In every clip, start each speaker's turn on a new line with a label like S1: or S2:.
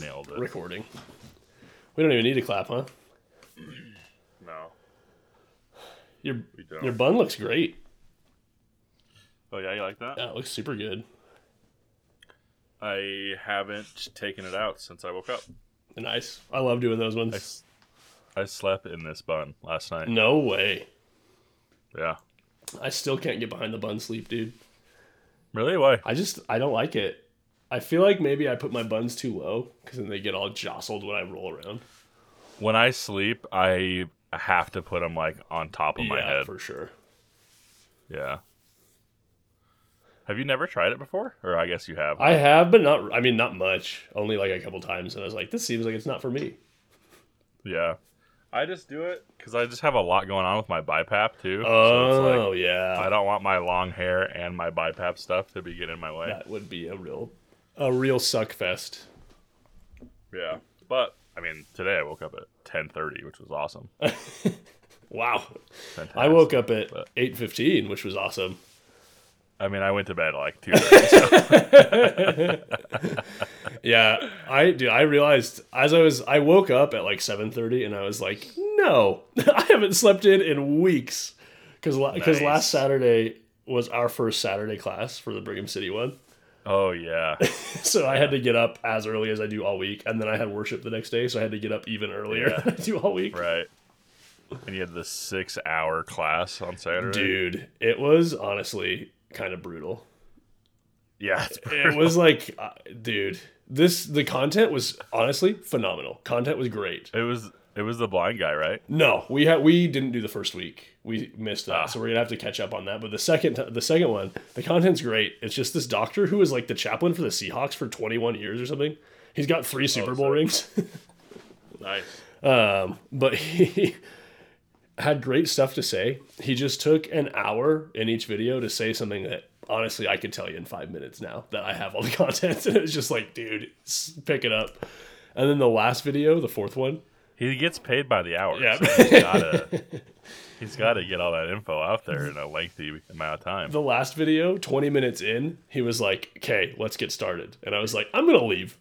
S1: Nailed it.
S2: recording. We don't even need to clap, huh?
S1: No.
S2: Your
S1: We don't.
S2: your bun looks great.
S1: Oh yeah, you like that?
S2: Yeah, it looks super good.
S1: I haven't taken it out since I woke up.
S2: Nice. I love doing those ones.
S1: I, s- I slept in this bun last night.
S2: No way.
S1: Yeah.
S2: I still can't get behind the bun sleep, dude.
S1: Really? Why?
S2: I just I don't like it. I feel like maybe I put my buns too low because then they get all jostled when I roll around.
S1: When I sleep, I have to put them like on top of my
S2: yeah,
S1: head.
S2: for sure.
S1: Yeah. Have you never tried it before? Or I guess you have.
S2: I have, but not. I mean, not much. Only like a couple times, and I was like, this seems like it's not for me.
S1: yeah. I just do it because I just have a lot going on with my BiPAP too. so it's
S2: Oh
S1: like,
S2: yeah,
S1: I don't want my long hair and my BiPAP stuff to be getting in my way.
S2: that would be a real, a real suck fest.
S1: Yeah, but I mean, today I woke up at ten thirty, which was awesome.
S2: Wow.
S1: Fantastic.
S2: I woke up at
S1: but-
S2: eight fifteen, which was awesome.
S1: I mean, I went to bed at like two. 30.
S2: Yeah, I do. I realized as I was, I woke up at like seven thirty, and I was like, "No, I haven't slept in in weeks," because because
S1: Nice.
S2: last Saturday was our first Saturday class for the Brigham City one,
S1: oh yeah,
S2: so I had to get up as early as I do all week, and then I had worship the next day, so I had to get up even earlier
S1: Yeah.
S2: than I do all week.
S1: right. And you had the six-hour class on Saturday.
S2: Dude, it was honestly kind of brutal.
S1: Yeah, it's pretty-
S2: it was like uh, dude this the content was honestly phenomenal content was great
S1: it was it was the blind guy, right?
S2: no we had we didn't do the first week we missed that
S1: Ah.
S2: so we're gonna have to catch up on that but the second t- the second one the content's great it's just this doctor who is like the chaplain for the seahawks for 21 years or something he's got three super bowl
S1: sorry.
S2: rings
S1: Oh, Nice.
S2: um, but he had great stuff to say he just took an hour in each video to say something that honestly i could tell you in five minutes now that i have all the content and it was just like dude s- pick it up and then the last video the fourth one
S1: He gets paid by the hour.
S2: Yeah.
S1: so he's gotta he's gotta get all that info out there in a lengthy amount of time.
S2: the last video 20 minutes in he was like okay let's get started and i was like i'm gonna leave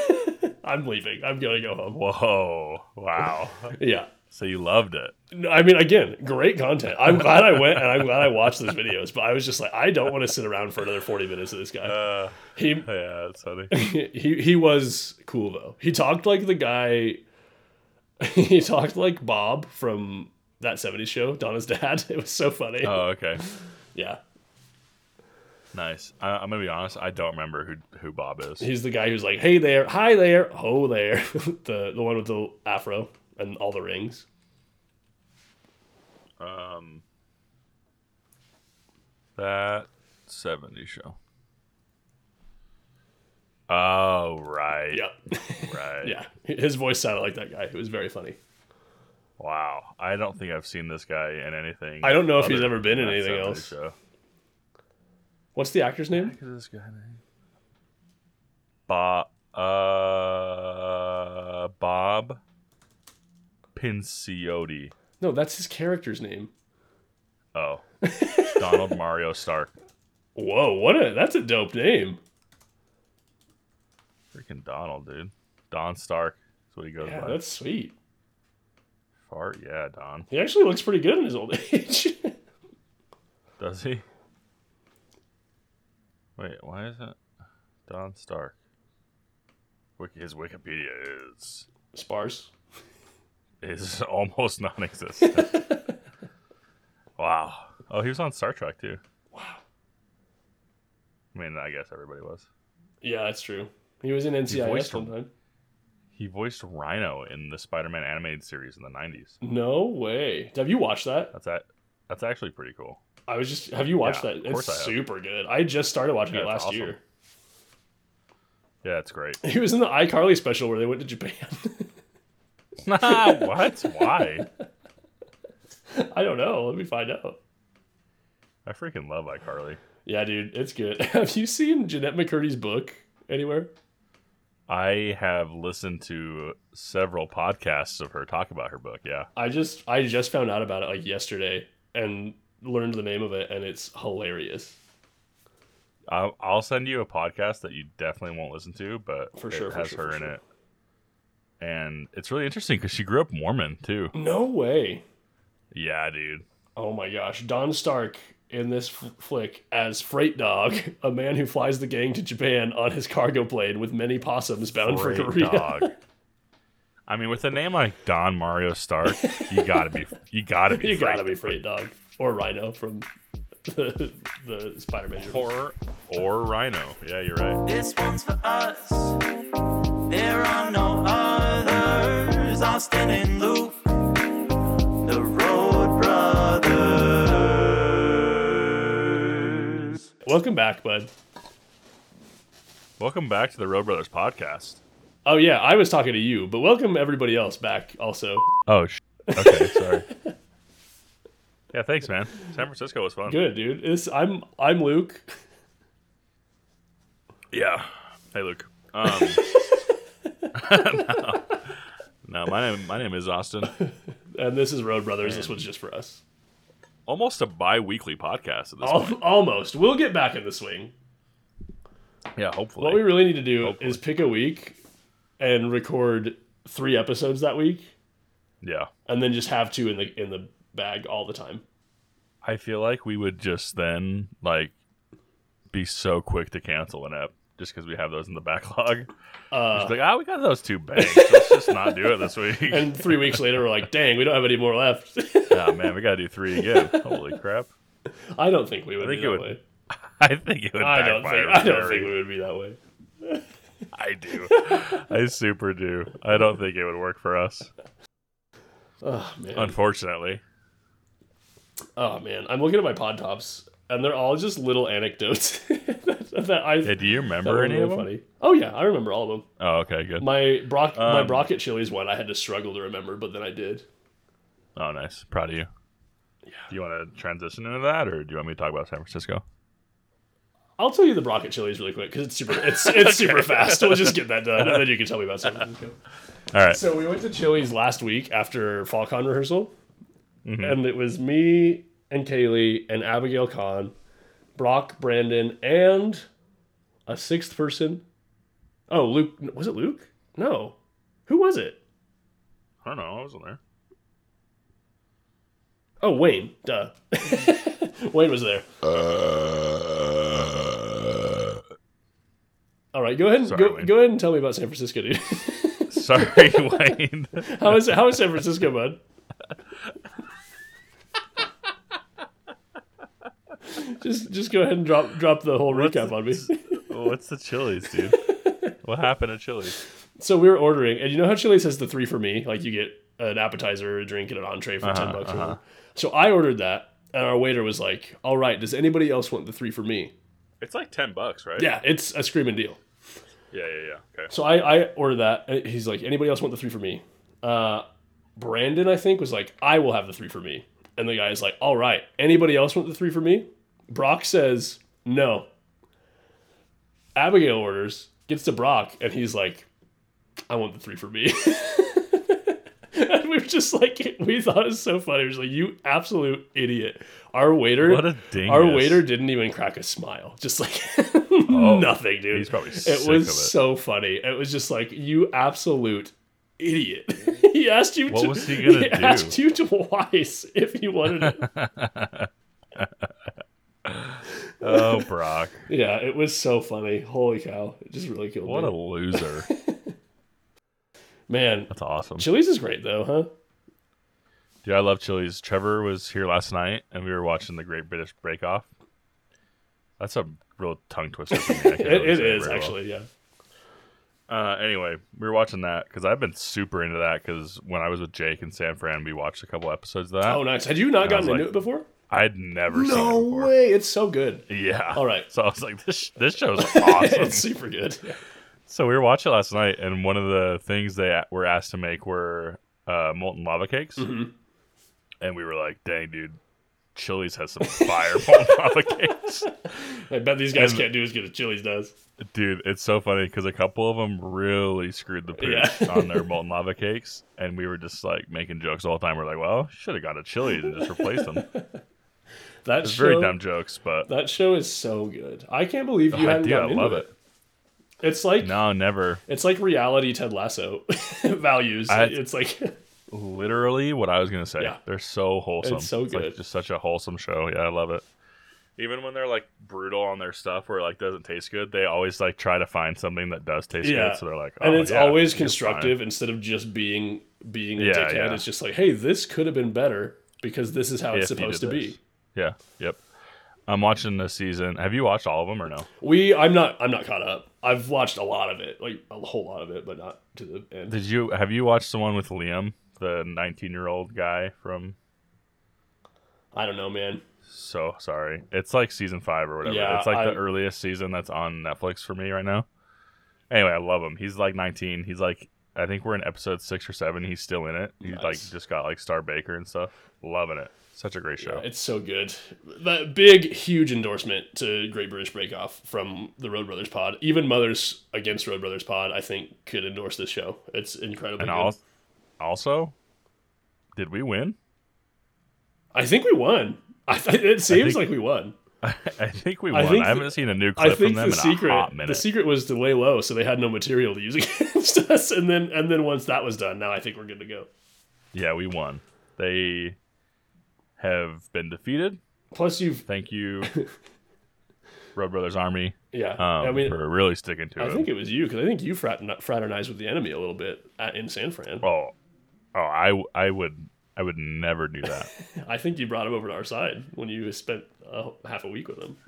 S2: i'm leaving i'm gonna go home
S1: Whoa! Wow.
S2: yeah
S1: so you loved it.
S2: No, I mean, again, great content. I'm glad I went and I'm glad I watched those videos, but I was just like, I don't want to sit around for another 40 minutes of this guy.
S1: Uh,
S2: He
S1: yeah, that's funny.
S2: he he was cool though. He talked like the guy. He talked like Bob from that 70s show, Donna's dad. It was so funny.
S1: Oh, okay.
S2: yeah,
S1: Nice. I, I'm gonna be honest. I don't remember who who Bob is.
S2: he's the guy who's like, "Hey there, hi there, ho there," the the one with the afro and all the rings.
S1: Um, that '70s show. Oh right,
S2: Yeah,
S1: right.
S2: yeah. His voice sounded like that guy. It was very funny.
S1: Wow. I don't think I've seen this guy in anything.
S2: I don't know if
S1: other
S2: he's ever been in
S1: than that
S2: anything
S1: 70s
S2: else.
S1: Show.
S2: What's the actor's name?
S1: Look at this guy name. Bob. Uh, Bob. Pinciotti.
S2: No, that's his character's name.
S1: Oh, Donald Mario Stark.
S2: Whoa, what a that's a dope name.
S1: Freaking Donald, dude. Don Stark. That's what he goes
S2: Yeah,
S1: by.
S2: that's sweet.
S1: Fart, yeah, Don.
S2: He actually looks pretty good in his old age.
S1: Does he? Wait, why is it Don Stark? Wiki- His Wikipedia is
S2: Sparse.
S1: is almost non-existent. wow. Oh, he was on Star Trek too.
S2: Wow.
S1: I mean, I guess everybody was.
S2: Yeah, that's true. He was in NCIS
S1: voiced
S2: one
S1: him.
S2: time.
S1: He voiced Rhino in the Spider-Man animated series in the '90s.
S2: No way. Have you watched that?
S1: That's that. That's actually pretty cool.
S2: I was just. Have you watched
S1: Yeah,
S2: that?
S1: of
S2: It's
S1: course I have.
S2: super good. I just started watching
S1: Yeah,
S2: it
S1: it's
S2: last
S1: awesome.
S2: year.
S1: Yeah, it's great.
S2: He was in the iCarly special where they went to Japan.
S1: what? Why?
S2: I don't know. Let me find out.
S1: I freaking love iCarly.
S2: Yeah, dude, it's good. Have you seen Jeanette McCurdy's book anywhere?
S1: I have listened to several podcasts of her talk about her book. Yeah.
S2: I just I just found out about it like yesterday and learned the name of it and it's hilarious.
S1: I'll, I'll send you a podcast that you definitely won't listen to, but
S2: For
S1: it
S2: sure, for
S1: has
S2: sure,
S1: her
S2: for
S1: in
S2: sure.
S1: it. And it's really interesting because she grew up Mormon too.
S2: No way.
S1: Yeah, dude.
S2: Oh my gosh, Don Stark in this f- flick as Freight Dog, a man who flies the gang to Japan on his cargo plane with many possums bound
S1: Great
S2: for Korea.
S1: dog. I mean, with a name like Don Mario Stark, you gotta be, you gotta be,
S2: You gotta
S1: freaked.
S2: be Freight Dog or Rhino from the, the Spider-Man. universe.
S1: or or Rhino. Yeah, you're right.
S3: This one's for us. There are no others. Austin and Luke, the Road Brothers.
S2: Welcome back, bud.
S1: Welcome back to the Road Brothers podcast.
S2: Oh yeah, I was talking to you, but welcome everybody else back also.
S1: Oh, sh- okay, sorry. Yeah, thanks, man. San Francisco was fun.
S2: Good, dude. This I'm I'm Luke.
S1: Yeah. Hey, Luke. Um, no. no, my name my name is Austin.
S2: And this is Road Brothers. This one's just for us.
S1: Almost a bi-weekly podcast at this
S2: Al-
S1: point.
S2: almost. We'll get back in the swing.
S1: Yeah, hopefully.
S2: What we really need to do
S1: Hopefully.
S2: is pick a week and record three episodes that week,
S1: yeah.
S2: and then just have two in the in the bag all the time.
S1: I feel like we would just then like be so quick to cancel an app just because we have those in the backlog.
S2: Uh,
S1: Just like, ah, we got those two banks. Let's just not do it this week.
S2: and three weeks later, we're like, "Dang, we don't have any more left."
S1: oh man, we gotta do three again. Holy crap!
S2: I don't think we would
S1: think
S2: be
S1: it would
S2: that way.
S1: I think it would
S2: I don't
S1: backfire.
S2: think I don't
S1: very-
S2: think we would be that way.
S1: I do. I super do. I don't think it would work for us.
S2: Oh man.
S1: Unfortunately.
S2: oh man. I'm looking at my pod tops, and they're all just little anecdotes that, that I
S1: Yeah,
S2: that
S1: do you remember
S2: were
S1: any
S2: really
S1: of them?
S2: funny. Oh yeah, I remember all of them.
S1: Oh, okay, good.
S2: My brock my
S1: Um,
S2: brocket chilies one, I had to struggle to remember, but then I did.
S1: oh, nice. Proud of you. Do you want to transition into that, or do you want me to talk about San Francisco?
S2: I'll tell you the Brocket chilies really quick because it's super it's it's super fast. We'll just get that done, and then you can tell me about San Francisco.
S1: All right.
S2: So we went to Chili's last week after FalCon rehearsal,
S1: Mm-hmm.
S2: and it was me and Kaylee and Abigail Kahn, Brock, Brandon, and a sixth person. Oh, Luke was it Luke? No, who was it?
S1: I don't know. I wasn't there.
S2: Oh, Wayne. Duh, Wayne was there.
S1: Uh,
S2: All right, go ahead. And,
S1: Sorry,
S2: go,
S1: Wayne.
S2: go ahead and tell me about San Francisco, dude.
S1: Sorry, Wayne.
S2: how is how is San Francisco, bud? just just go ahead and drop drop the whole recap on me.
S1: What's the Chili's, dude? What happened at Chili's?
S2: so we were ordering, and you know how Chili's has the three for me, like you get an appetizer, a drink, and an entree for ten bucks. or whatever. So I ordered that, and our waiter was like, "All right, does anybody else want the three for me?"
S1: It's like ten bucks, right?
S2: Yeah, it's a screaming deal.
S1: Yeah, yeah, yeah. Okay.
S2: So I, I ordered that. and He's like, anybody else want the three for me? Uh, Brandon, I think, was like, I will have the three for me. And the guy's like, all right. Anybody else want the three for me? Brock says, no. Abigail orders, gets to Brock, and he's like, I want the three for me. and we were just like, we thought it was so funny. It was like, you absolute idiot. Our waiter,
S1: What a dingus.
S2: our waiter didn't even crack a smile. Just like nothing, dude.
S1: Oh, he's probably
S2: it
S1: sick
S2: was
S1: of it.
S2: so funny. It was just like you absolute idiot. he asked you.
S1: What
S2: to,
S1: was he gonna do?
S2: asked you twice if you wanted it.
S1: Oh, Brock,
S2: yeah, it was so funny. Holy cow! It just really killed
S1: what
S2: me.
S1: a loser.
S2: Man,
S1: That's awesome.
S2: Chili's is great though, huh?
S1: Dude, I love Chili's. Trevor was here last night, and we were watching the Great British Break Off. That's a real tongue twister for me. I can't
S2: It,
S1: really
S2: it
S1: say very
S2: is
S1: well.
S2: actually. Yeah.
S1: Uh, anyway, we were watching that because I've been super into that because when I was with Jake and San Fran, we watched a couple episodes of that.
S2: Oh, nice. Had you not gotten
S1: was
S2: into
S1: like,
S2: it before?
S1: I'd never seen
S2: No
S1: it before.
S2: way! It's so good.
S1: Yeah.
S2: All right.
S1: So I was like, this this show's awesome.
S2: it's super good.
S1: so we were watching it last night, and one of the things they a- were asked to make were uh, molten lava cakes,
S2: Mm-hmm.
S1: and we were like, dang, dude. Chili's has some fire molten lava cakes.
S2: I bet these guys
S1: And-
S2: can't do as good as Chili's does.
S1: Dude, it's so funny because a couple of them really screwed the
S2: Yeah.
S1: pooch on their molten lava cakes, and we were just like making jokes all the time. We're like, "Well, should have gone to Chili's and just replaced them."
S2: That
S1: It's
S2: show,
S1: very dumb jokes, but
S2: That show is so good. I can't believe you
S1: Oh, I
S2: haven't
S1: do. I
S2: gotten into
S1: love it.
S2: It's like
S1: No, never.
S2: it's like reality Ted Lasso values.
S1: I- Oh,
S2: it's like
S1: Literally, what I was gonna say.
S2: Yeah.
S1: They're so wholesome.
S2: It's so
S1: like,
S2: good.
S1: just such a wholesome show. Yeah, I love it. Even when they're like brutal on their stuff, where it, like doesn't taste good, they always like try to find something that does taste
S2: Yeah.
S1: good. So they're like, oh,
S2: and it's
S1: yeah,
S2: always
S1: fine.
S2: constructive instead of just being being a
S1: Yeah,
S2: dickhead.
S1: yeah.
S2: It's just like, hey, this could have been better because this is how it's
S1: If you
S2: supposed to
S1: did
S2: be.
S1: this. Yeah. Yep. I'm watching this season. Have you watched all of them or no?
S2: We, I'm not, I'm not caught up. I've watched a lot of it, like a whole lot of it, but not to the end.
S1: Did you have you watched the one with Liam, the 19 year old guy from?
S2: I don't know, man.
S1: So sorry. It's like season five or whatever.
S2: Yeah,
S1: it's like
S2: I-
S1: the earliest season that's on Netflix for me right now. Anyway, I love him. He's like 19. He's like I think we're in episode six or seven. He's still in it. He's like
S2: Nice.
S1: just got like Star Baker and stuff. Loving it. Such a great show.
S2: It's so good. That big, huge endorsement to Great British Bake Off from the Road Brothers Pod. Even mothers against Road Brothers Pod, I think, could endorse this show. It's incredibly
S1: and
S2: good.
S1: al- also, did we win?
S2: I think we won. I th- it seems like we won.
S1: I think we
S2: I
S1: won. I,
S2: think the-
S1: haven't seen a new
S2: I
S1: clip from
S2: think
S1: them
S2: the
S1: in a
S2: secret,
S1: hot minute.
S2: the secret was to lay low, so they had no material to use against us. And then, and then once that was done, now I think we're good to go.
S1: Yeah, we won. They have been defeated.
S2: Plus, you've
S1: Thank you, Road Brothers Army,
S2: yeah.
S1: um,
S2: I mean,
S1: for really sticking to
S2: I
S1: it.
S2: think it was you because I think you fraterni- fraternized with the enemy a little bit at, in San Fran.
S1: oh, oh, I, w- I would, I would never do that.
S2: I think you brought him over to our side when you spent uh, half a week with him.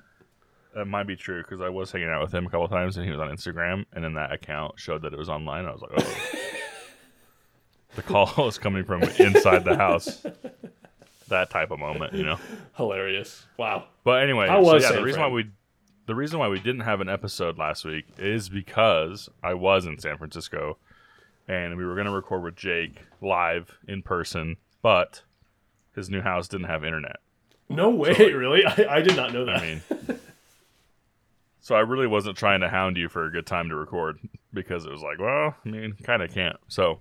S1: that might be true because I was hanging out with him a couple times, and he was on Instagram, and then that account showed that it was online. I was like, oh, the call is coming from inside the house. That type of moment, you know.
S2: Hilarious! Wow,
S1: But anyway,
S2: How
S1: so
S2: was
S1: yeah,
S2: San
S1: the reason
S2: Fran?
S1: why we the reason why we didn't have an episode last week is because I was in San Francisco and we were going to record with Jake live in person, but his new house didn't have internet.
S2: no way, really? I, I did not know that.
S1: I mean, so I really wasn't trying to hound you for a good time to record because it was like, well, I mean, kind of can't. So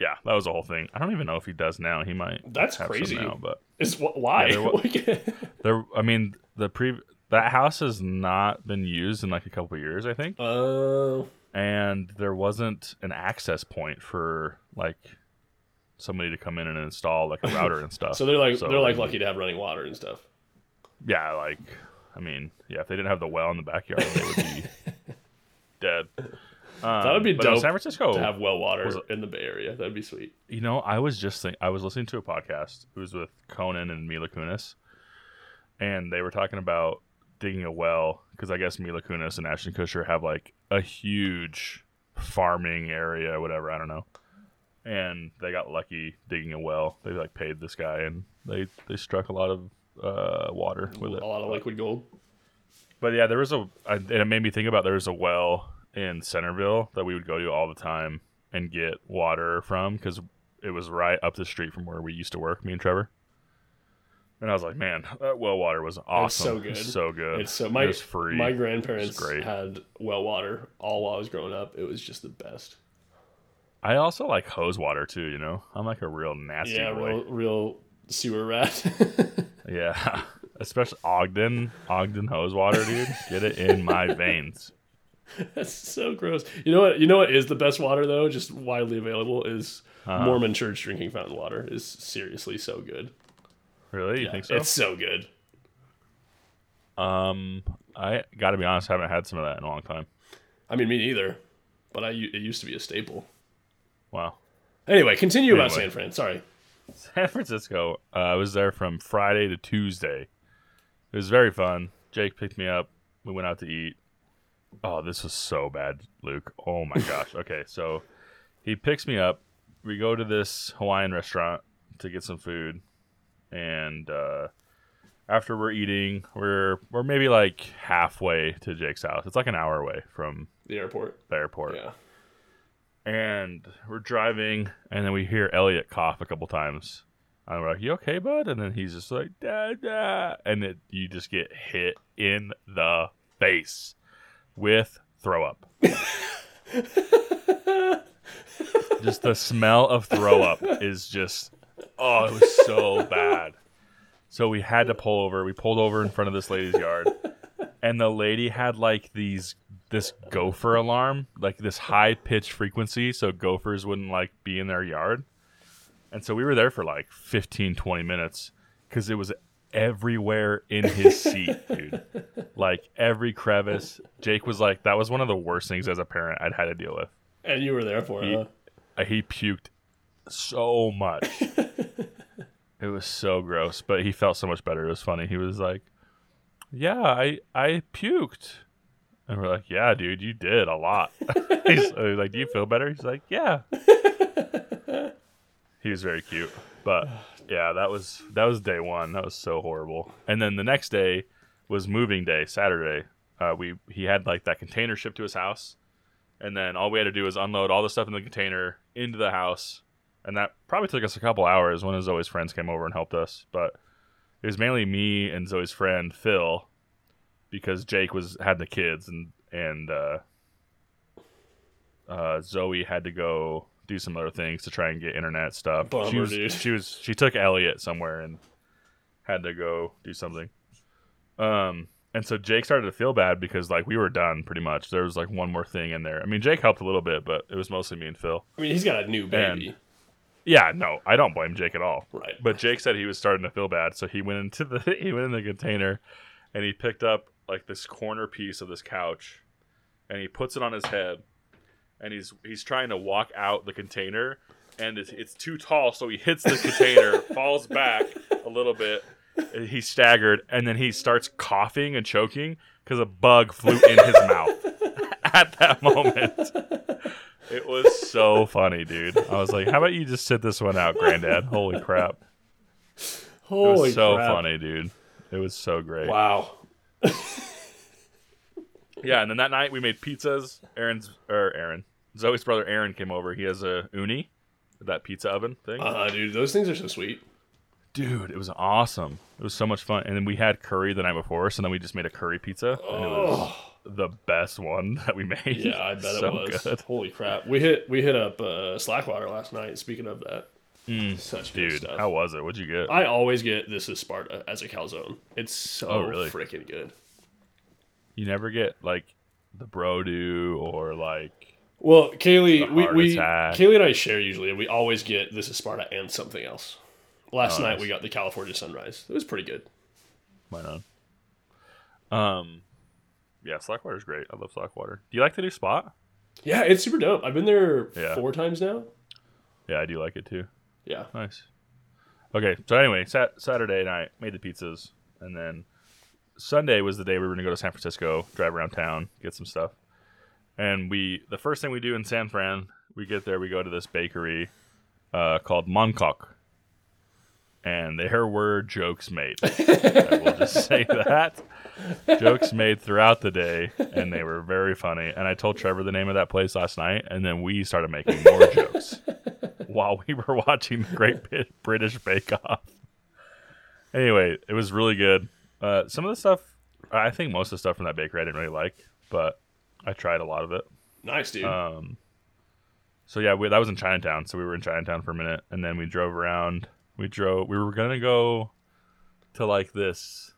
S1: yeah, that was the whole thing. I don't even know if he does now. He might.
S2: That's
S1: have some
S2: crazy.
S1: now, but
S2: It's wh- why?
S1: Yeah, there wa-
S2: Like,
S1: There, I mean, the pre that house has not been used in like a couple years, I think,
S2: Oh,
S1: and there wasn't an access point for like somebody to come in and install like a router and stuff.
S2: so they're like
S1: So,
S2: they're like lucky to have running water and stuff.
S1: yeah, like I mean, yeah, if they didn't have the well in the backyard, they would be dead. Um,
S2: That would be
S1: But no,
S2: dope
S1: San Francisco
S2: to have well water
S1: Oh, was it-
S2: in the Bay Area. That'd be sweet.
S1: You know, I was just think I was listening to a podcast. It was with Conan and Mila Kunis, and they were talking about digging a well because I guess Mila Kunis and Ashton Kutcher have like a huge farming area, whatever. I don't know. And they got lucky digging a well. They like paid this guy, and they they struck a lot of uh, water
S2: A
S1: with it.
S2: lot of liquid gold.
S1: But yeah, there was a, I- and it made me think about there was a well in Centerville that we would go to all the time and get water from because it was right up the street from where we used to work, me and Trevor. And I was like, man, that well water was awesome.
S2: so good.
S1: so good.
S2: It's so my
S1: it was free.
S2: my grandparents
S1: It's great.
S2: had well water all while I was growing up. It was just the best.
S1: I also like hose water too. You know, I'm like a real nasty
S2: yeah,
S1: boy.
S2: real real sewer rat.
S1: Yeah, especially Ogden, Ogden hose water, dude. Get it in my veins.
S2: That's so gross. You know what? You know what is the best water though, just widely available is
S1: Uh-huh.
S2: Mormon church drinking fountain water is seriously so good.
S1: Really, you think so?
S2: It's so good.
S1: Um, I gotta be honest, I haven't had some of that in a long time.
S2: I mean, me neither, but I u- it used to be a staple.
S1: Wow.
S2: Anyway, continue about
S1: Anyway.
S2: San Fran. Sorry.
S1: San Francisco. Uh, I was there from Friday to Tuesday. It was very fun. Jake picked me up. We went out to eat. Oh, this was so bad, Luke. Oh my gosh. Okay, so he picks me up. We go to this Hawaiian restaurant to get some food, and uh, after we're eating, we're we're maybe like halfway to Jake's house. It's like an hour away from
S2: The airport.
S1: the airport.
S2: Yeah.
S1: and we're driving, and then we hear Elliot cough a couple times. And we're like, "You okay, bud?" And then he's just like, "Da da," and it, you just get hit in the face with throw up. just the smell of throw up is just oh, it was so bad. So we had to pull over. We pulled over in front of this lady's yard, and the lady had like these this gopher alarm, like this high pitched frequency, so gophers wouldn't like be in their yard. And so we were there for like 15, 20 minutes because it was everywhere in his seat, dude. Like every crevice. Jake was like, that was one of the worst things as a parent I'd had to deal with.
S2: And you were there for it.
S1: He,
S2: Huh?
S1: uh, he puked so much. it was so gross, but he felt so much better. It was funny. He was like, "Yeah, I I puked," and we're like, "Yeah, dude, you did a lot." He's uh, like, "Do you feel better?" He's like, "Yeah." he was very cute, but yeah, that was that was day one. That was so horrible. And then the next day was moving day, Saturday. Uh, we he had like that container shipped to his house and then all we had to do was unload all the stuff in the container into the house and that probably took us a couple hours when zoe's friends came over and helped us but it was mainly me and zoe's friend phil because jake was had the kids and and uh, uh, zoe had to go do some other things to try and get internet stuff she
S2: Bummer,
S1: was
S2: dude.
S1: she was she took elliot somewhere and had to go do something um and so Jake started to feel bad because like we were done pretty much. There was like one more thing in there. I mean, Jake helped a little bit, but it was mostly me and Phil.
S2: I mean, he's got a new baby.
S1: Yeah, no, I don't blame Jake at all.
S2: Right.
S1: But Jake said he was starting to feel bad, so he went into the he went in the container and he picked up like this corner piece of this couch and he puts it on his head and he's he's trying to walk out the container and it's, it's too tall so he hits the container falls back a little bit and he's staggered and then he starts coughing and choking because a bug flew in his mouth at that moment it was so funny dude i was like how about you just sit this one out granddad holy crap it was
S2: Holy
S1: so
S2: crap.
S1: funny dude it was so great
S2: Wow.
S1: Yeah, and then that night we made pizzas. Aaron's or Aaron, Zoe's brother Aaron came over. He has a uni, that pizza oven thing.
S2: Uh, dude, those things are so sweet.
S1: Dude, it was awesome. It was so much fun. And then we had curry the night before, so then we just made a curry pizza, and it was the best one that we made.
S2: Oh. Yeah, I bet
S1: So
S2: it was.
S1: good.
S2: Holy crap. We hit we hit up uh, Slackwater last night. Speaking of that, such
S1: Hmm.
S2: good
S1: Dude,
S2: stuff.
S1: how was it? What'd you get?
S2: I always get this is Sparta as a calzone. It's so
S1: Oh, really?
S2: freaking good.
S1: You never get like the brodo or like
S2: Well, Kaylee,
S1: The
S2: we,
S1: heart
S2: we
S1: attack.
S2: Kaylee and I share usually, and we always get this is Sparta and something else. Last
S1: Oh,
S2: night
S1: nice.
S2: we got the California sunrise. It was pretty good.
S1: why not? Um, yeah, Slackwater's great. I love Slackwater. Do you like the new spot?
S2: Yeah, it's super dope. I've been there
S1: Yeah.
S2: four times now.
S1: Yeah, I do like it too.
S2: Yeah.
S1: Nice. Okay, so anyway, sat- Saturday night made the pizzas, and then Sunday was the day we were gonna go to San Francisco, drive around town, get some stuff, and we the first thing we do in San Fran, we get there, we go to this bakery uh, called Moncock, and there were jokes made. I will just say that jokes made throughout the day, and they were very funny. And I told Trevor the name of that place last night, and then we started making more jokes while we were watching the Great Brit- British Bake Off. Anyway, it was really good. Uh, some of the stuff, I think most of the stuff from that bakery I didn't really like, but I tried a lot of it.
S2: Nice, dude.
S1: Um, so yeah, we, that was in Chinatown. So we were in Chinatown for a minute, and then we drove around. We drove. We were gonna go to like this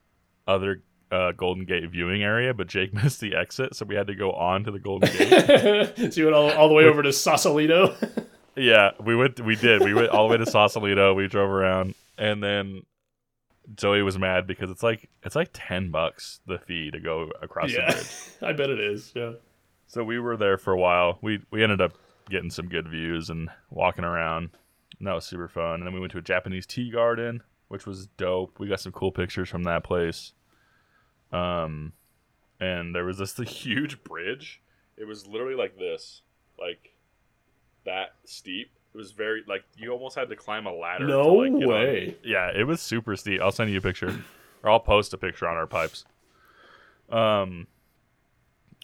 S1: other uh, Golden Gate viewing area, but Jake missed the exit, so we had to go on to the Golden Gate.
S2: so you went all, all the way over to Sausalito.
S1: Yeah, we went. We did. We went all the way to Sausalito. We drove around, and then Zoe was mad because it's like it's like ten bucks the fee to go across the
S2: yeah,
S1: bridge.
S2: I bet it is. Yeah.
S1: So we were there for a while. We we ended up getting some good views and walking around, and that was super fun. And then we went to a Japanese tea garden, which was dope. We got some cool pictures from that place. Um, and there was this the huge bridge. It was literally like this, like that steep. It was very like you almost had to climb a ladder. to,
S2: No
S1: like, get on.
S2: way.
S1: Yeah, it was super steep. I'll send you a picture, or I'll post a picture on our pipes. Um,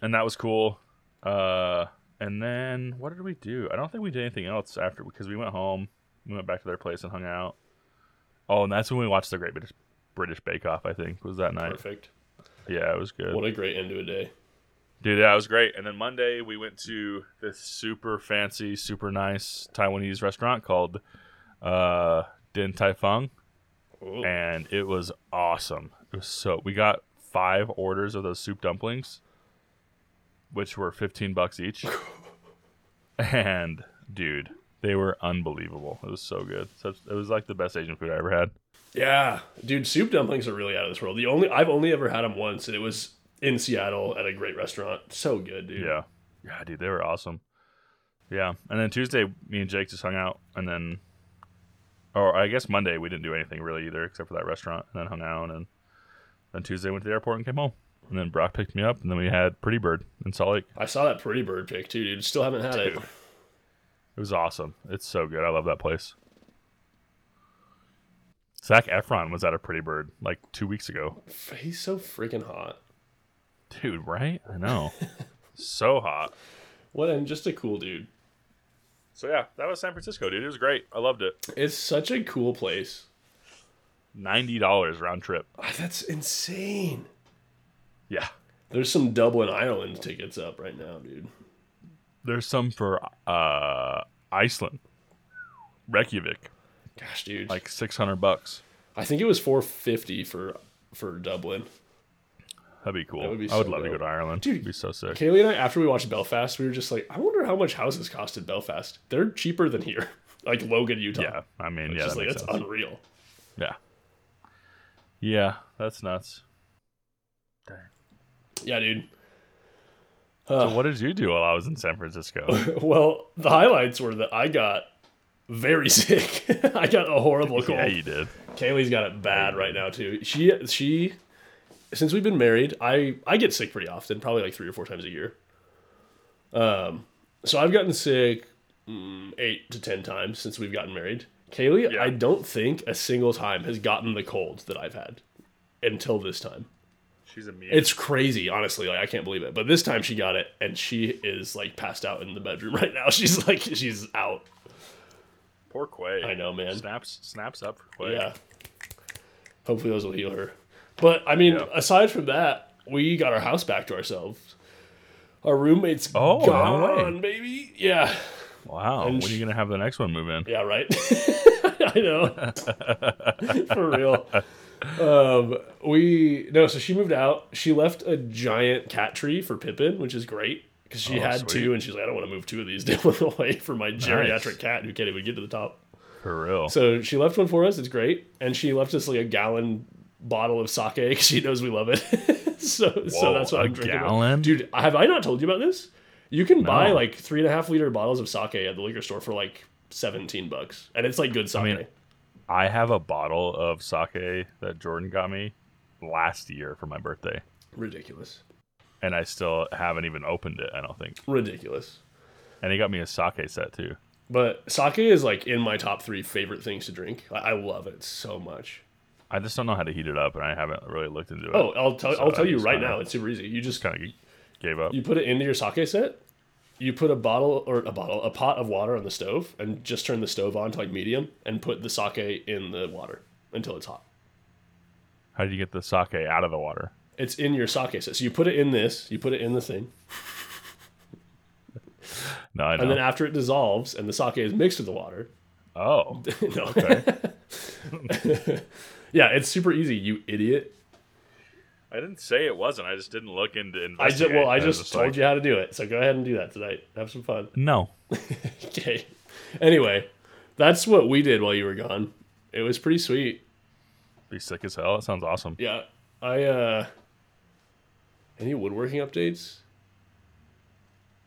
S1: and that was cool. Uh, and then what did we do? I don't think we did anything else after because we went home. We went back to their place and hung out. Oh, and that's when we watched the Great British British Bake Off. I think was that night.
S2: Perfect.
S1: Yeah, it was good.
S2: What a great end to a day.
S1: Dude, that was great. And then Monday we went to this super fancy, super nice Taiwanese restaurant called uh, Din Tai Fung. and it was awesome. It was so we got five orders of those soup dumplings, which were fifteen bucks each. and dude, they were unbelievable. It was so good. Such, it was like the best Asian food I ever had.
S2: Yeah, dude, soup dumplings are really out of this world. The only I've only ever had them once, and it was in Seattle at a great restaurant. So good, dude.
S1: Yeah, yeah, dude, they were awesome. Yeah, and then Tuesday, me and Jake just hung out, and then, or I guess Monday we didn't do anything really either except for that restaurant, and then hung out, and then Tuesday went to the airport and came home, and then Brock picked me up, and then we had Pretty Bird in Salt Lake.
S2: I saw that pretty bird pic too, dude. Still haven't had it.
S1: It was awesome. It's so good. I love that place. Zach Efron was at a Pretty Bird like two weeks ago.
S2: He's so freaking hot.
S1: Dude, right? I know. so hot.
S2: What and just a cool dude.
S1: So yeah, that was San Francisco, dude. It was great. I loved it.
S2: It's such a cool place.
S1: Ninety dollars round trip.
S2: Ah, that's insane.
S1: Yeah.
S2: There's some Dublin, Ireland tickets up right now, dude.
S1: There's some for uh Iceland. Reykjavik.
S2: Gosh, dude.
S1: Like six hundred bucks.
S2: I think it was 450 for for Dublin.
S1: That'd be cool.
S2: would be
S1: I would
S2: so
S1: love to go
S2: dope.
S1: to Ireland.
S2: Dude,
S1: It'd be so sick.
S2: Kaylee and I, after we watched Belfast, we were just like, I wonder how much houses cost in Belfast. They're cheaper than here, like Logan, Utah.
S1: Yeah. I mean, yeah,
S2: just
S1: that
S2: like
S1: makes
S2: that's
S1: sense.
S2: unreal.
S1: yeah. Yeah, that's nuts.
S2: Yeah, dude.
S1: So what did you do while I was in San Francisco?
S2: Well, the highlights were that I got very sick. I got a horrible cold.
S1: yeah, you did.
S2: Kaylee's got it bad right now too. She she since we've been married, I I get sick pretty often, probably like 3 or 4 times a year. Um so I've gotten sick mm, 8 to 10 times since we've gotten married. Kaylee,
S1: Yeah.
S2: I don't think a single time has gotten the cold that I've had until this time.
S1: She's a mean.
S2: It's crazy, honestly. Like I can't believe it. But this time she got it and she is like passed out in the bedroom right now. She's like she's out.
S1: Poor Quay.
S2: I know, man.
S1: Snaps snaps up for Quay.
S2: Yeah. Hopefully those will heal her. But I mean,
S1: Yeah.
S2: aside from that, we got our house back to ourselves. Our roommate's
S1: Oh, no
S2: gone,
S1: way.
S2: baby. Yeah.
S1: Wow.
S2: And
S1: when are
S2: sh-
S1: you gonna have the next one move in?
S2: Yeah, right. I know. For real. Um, we no, so she moved out. She left a giant cat tree for Pippin, which is great because she
S1: Oh,
S2: had
S1: sweet.
S2: two, and she's like, I don't want to move two of these down away for my geriatric cat who can't even get to the top.
S1: For real.
S2: So she left one for us. It's great, and she left us like a gallon bottle of sake 'cause she knows we love it. so so
S1: Whoa,
S2: that's what
S1: a
S2: I'm drinking.
S1: gallon?
S2: dude. Have I not told you about this? You can buy
S1: No.
S2: like three and a half liter bottles of sake at the liquor store for like seventeen bucks, and it's like good sake.
S1: mean- I have a bottle of sake that Jordan got me last year for my birthday,
S2: ridiculous,
S1: and I still haven't even opened it. I don't think.
S2: ridiculous.
S1: And he got me a sake set too.
S2: But sake is like in my top three favorite things to drink. I, I love it so much.
S1: I just don't know how to heat it up, and I haven't really looked into it.
S2: Oh, I'll tell
S1: So
S2: I'll tell
S1: I
S2: you
S1: just
S2: right
S1: kinda-
S2: now. It's super easy. You just
S1: kind of gave up.
S2: you put it into your sake set. You put a bottle or a bottle, a pot of water on the stove, and just turn the stove on to like medium, and put the sake in the water until it's hot.
S1: How do you get the sake out of the water?
S2: It's in your sake set. So you put it in this, you put it in the thing,
S1: No, I know.
S2: and then after it dissolves and the sake is mixed with the water,
S1: oh,
S2: no, yeah, it's super easy. You idiot!
S1: I didn't say it wasn't. I just didn't look into.
S2: I just well, I
S1: was
S2: just told
S1: like,
S2: you how to do it. So go ahead and do that tonight. Have some fun.
S1: No.
S2: Okay. Anyway, that's what we did while you were gone. It was pretty sweet.
S1: Be sick as hell. That sounds awesome.
S2: Yeah. I uh any woodworking updates?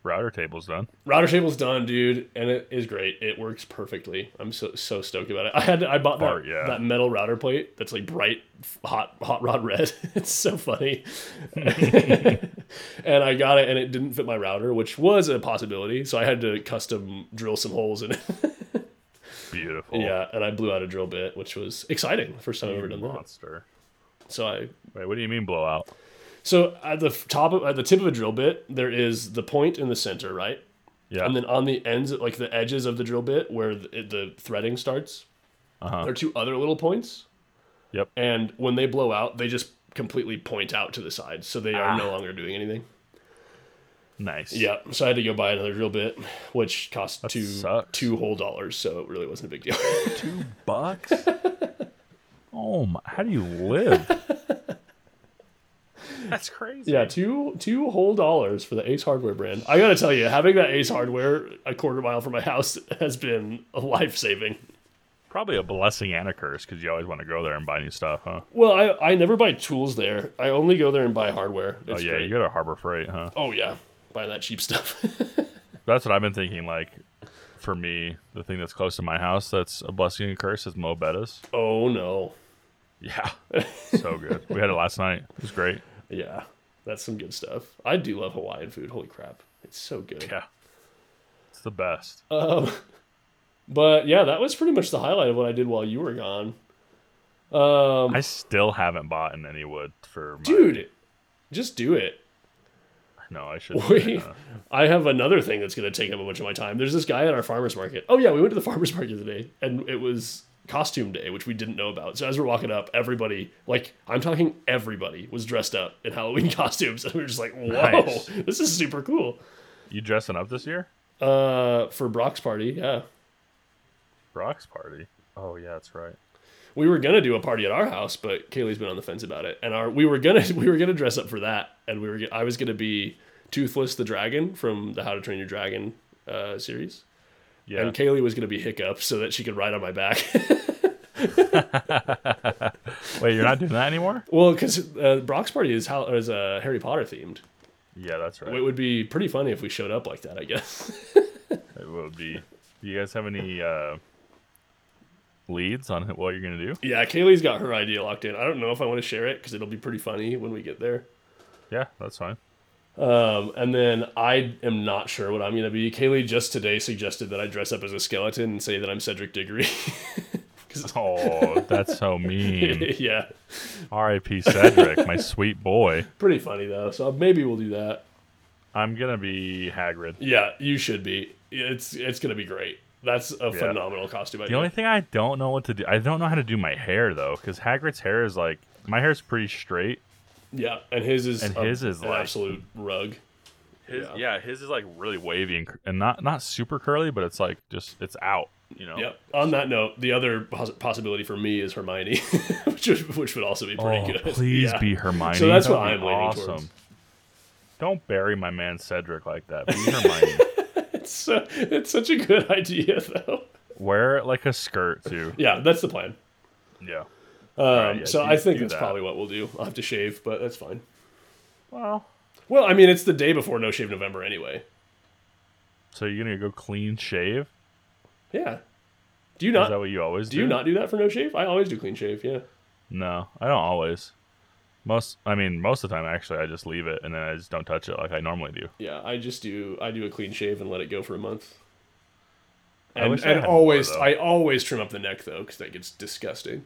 S1: Router table's done.
S2: Router table's done, dude, and it is great. It works perfectly. I'm so so stoked about it. I had I bought that,
S1: Fart, yeah.
S2: that metal router plate that's like bright f- hot hot rod red. it's so funny. and I got it and it didn't fit my router, which was a possibility, so I had to custom drill some holes in it.
S1: Beautiful.
S2: yeah, and I blew out a drill bit, which was exciting. First time I've ever done that.
S1: Monster.
S2: So I
S1: Wait, what do you mean blowout?
S2: So at the f- top of at the tip of a drill bit, there is the point in the center, right?
S1: Yeah.
S2: And then on the ends, like the edges of the drill bit where the, it- the threading starts,
S1: Uh-huh.
S2: there are two other little points.
S1: Yep.
S2: And when they blow out, they just completely point out to the sides, so they
S1: Ah.
S2: are no longer doing anything.
S1: nice.
S2: Yeah. So I had to go buy another drill bit, which cost two
S1: sucks.
S2: two whole dollars. So it really wasn't a big deal.
S1: Two bucks? home? Oh How do you live? That's crazy.
S2: Yeah, two two whole dollars for the Ace Hardware brand. I gotta tell you, having that Ace Hardware a quarter mile from my house has been life saving.
S1: Probably a blessing and a curse because you always want to go there and buy new stuff, huh?
S2: Well, I, I never buy tools there. I only go there and buy hardware. It's
S1: oh yeah,
S2: great.
S1: you go to Harbor Freight, huh?
S2: oh yeah, buy that cheap stuff.
S1: That's what I've been thinking. Like, for me, the thing that's close to my house that's a blessing and curse is Mo Betta's.
S2: oh no,
S1: Yeah, so good. We had it last night. It was great.
S2: yeah, that's some good stuff. I do love Hawaiian food. Holy crap, it's so good. Um,
S1: Yeah, it's the best.
S2: But yeah, that was pretty much the highlight of what I did while you were gone.
S1: I still haven't bought in any wood for my,
S2: Um, Dude, just do it.
S1: No, I should.
S2: We,
S1: yeah.
S2: I have another thing that's going to take up a bunch of my time. There's this guy at our farmer's market. Oh, yeah, we went to the farmer's market today, and it was costume day, which we didn't know about. So as we're walking up, everybody, like, I'm talking everybody, was dressed up in Halloween costumes. And we were just like, whoa,
S1: Nice.
S2: this is super cool.
S1: You dressing up this year?
S2: Uh, for Brock's party, yeah.
S1: Brock's party. Oh yeah, that's right.
S2: We were gonna do a party at our house, but Kaylee's been on the fence about it. And our we were gonna we were gonna dress up for that, and we were g- I was gonna be Toothless the Dragon from the How to Train Your Dragon uh, series.
S1: Yeah,
S2: and Kaylee was going to be Hiccup so that she could ride on my back.
S1: Wait, you're not doing that anymore?
S2: well, because uh, Brock's party is how is uh, Harry Potter themed.
S1: Yeah, that's right.
S2: It would be pretty funny if we showed up like that, I guess.
S1: It would be. Do you guys have any uh, leads on what you're gonna do?
S2: yeah, Kaylee's got her idea locked in. I don't know if I want to share it because it'll be pretty funny when we get there.
S1: Yeah, that's fine.
S2: Um, and then I am not sure what I'm going to be. Kaylee just today suggested that I dress up as a skeleton and say that I'm Cedric Diggory. 'Cause-
S1: Oh, that's so mean.
S2: yeah,
S1: R.I.P. Cedric, my sweet boy.
S2: pretty funny though. So maybe we'll do that.
S1: I'm gonna be Hagrid.
S2: Yeah, you should be. It's it's going to be great. That's a phenomenal costume.
S1: The only thing I don't know what to do, I don't know how to do my hair though, because Hagrid's hair is like my hair's pretty straight.
S2: Yeah, and his is
S1: And
S2: a-
S1: his is
S2: an
S1: like-
S2: absolute rug.
S1: His,
S2: Yeah.
S1: yeah. his is like really wavy and, cur- and not not super curly, but it's like just it's out. You know.
S2: Yep. On that note, the other pos- possibility for me is Hermione, which would, which would also be pretty
S1: Oh,
S2: good.
S1: please
S2: Yeah.
S1: be Hermione.
S2: So that's
S1: That
S2: what
S1: would be
S2: I'm leaning towards.
S1: Don't bury my man Cedric like that. Be Hermione.
S2: It's, so, it's such a good idea, though.
S1: Wear like a skirt too.
S2: Yeah, that's the plan.
S1: Yeah.
S2: Um,
S1: yeah,
S2: so
S1: do-
S2: I think
S1: do
S2: that's
S1: that.
S2: probably what we'll do. I'll have to shave, but that's fine.
S1: Well,
S2: Well, I mean, it's the day before No Shave November anyway.
S1: so you're gonna go clean shave?
S2: Yeah. Do you
S1: Is that
S2: not?
S1: what you always do?
S2: Do you not do that for No Shave? I always do clean shave. Yeah.
S1: No, I don't always. Most, I mean, most of the time actually, I just leave it and then I just don't touch it like I normally do.
S2: Yeah, I just do. I do a clean shave and let it go for a month.
S1: I
S2: And,
S1: wish I
S2: and
S1: had more,
S2: always,
S1: though.
S2: I always trim up the neck though, because that gets disgusting.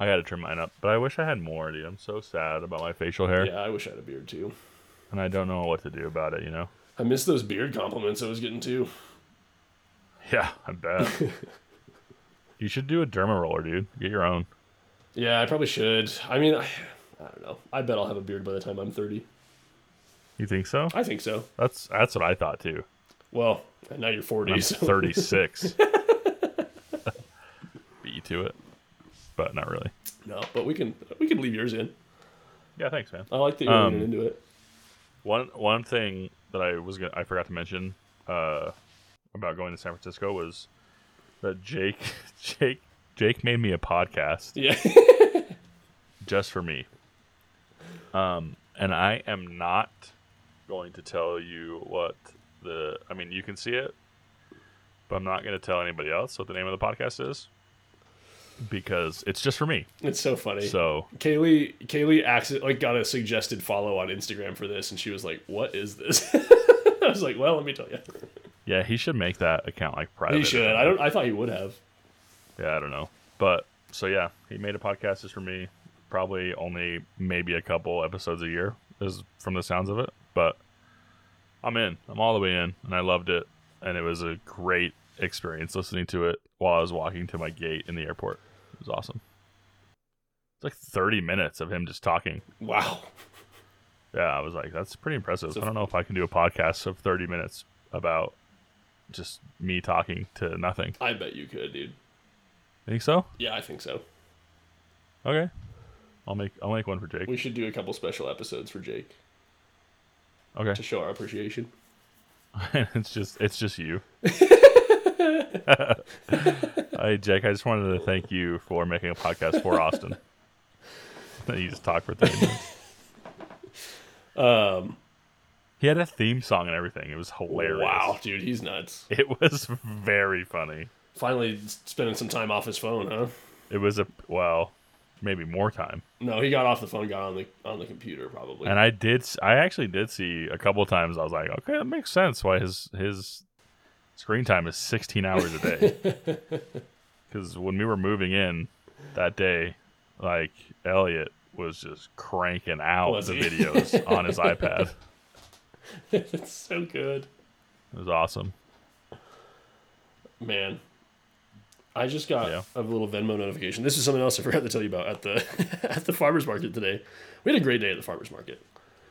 S1: I gotta trim mine up, but I wish I had more, dude. I'm so sad about my facial hair,
S2: Yeah, I wish I had a beard too.
S1: and I don't know what to do about it. You know?
S2: I miss those beard compliments I was getting too.
S1: Yeah, I bet. you should do a derma roller, dude. Get your own.
S2: Yeah, I probably should. I mean, I, I don't know. I bet I'll have a beard by the time I'm 30.
S1: You think so?
S2: I think so.
S1: That's that's what I thought too.
S2: Well, and now you're 40.
S1: I'm
S2: So.
S1: 36. Beat you to it, but not really.
S2: No, but we can we can leave yours in.
S1: Yeah, thanks, man.
S2: I like that you're
S1: Um,
S2: leaning into it.
S1: One one thing that I was gonna, I forgot to mention uh, about going to San Francisco was that Jake Jake Jake made me a podcast
S2: Yeah.
S1: just for me. Um, and I am not going to tell you what the I mean you can see it, but I'm not going to tell anybody else what the name of the podcast is because it's just for me.
S2: it's so funny.
S1: So
S2: Kaylee Kaylee acci- like got a suggested follow on Instagram for this, and she was like, "What is this?" I was like, "Well, let me tell you."
S1: yeah, he should make that account like private.
S2: He should. I don't. I thought he would have.
S1: Yeah, I don't know. But so yeah, he made a podcast just for me. Probably only maybe a couple episodes a year is from the sounds of it. But I'm in. I'm all the way in, and I loved it. And it was a great experience listening to it while I was walking to my gate in the airport. It was awesome. It's like 30 minutes of him just talking.
S2: Wow.
S1: Yeah, I was like, that's pretty impressive.
S2: So-
S1: I don't know if I can do a podcast of 30 minutes about just me talking to nothing.
S2: I bet you could, dude.
S1: Think so?
S2: Yeah, I think so.
S1: Okay. I'll make I'll make one for Jake.
S2: We should do a couple special episodes for Jake
S1: Okay.
S2: to show our appreciation.
S1: it's just it's just you. hey Jake, I just wanted to thank you for making a podcast for Austin. you just talk for thirty minutes.
S2: Um,
S1: He had a theme song and everything. It was hilarious.
S2: wow, dude, he's nuts.
S1: It was very funny.
S2: Finally, s- spending some time off his phone, huh?
S1: It was a well, maybe more time.
S2: No, he got off the phone, got on the on the computer, probably.
S1: And I did. s- I actually did see a couple times. I was like, okay, that makes sense. Why his his screen time is 16 hours a day? Because when we were moving in that day, like Elliot was just cranking out
S2: Was
S1: the
S2: he?
S1: videos on his iPad.
S2: it's so good,
S1: It was awesome.
S2: man. I just got
S1: Yeah.
S2: a little Venmo notification. This is something else I forgot to tell you about at the at the farmers market today. We had a great day at the farmers market.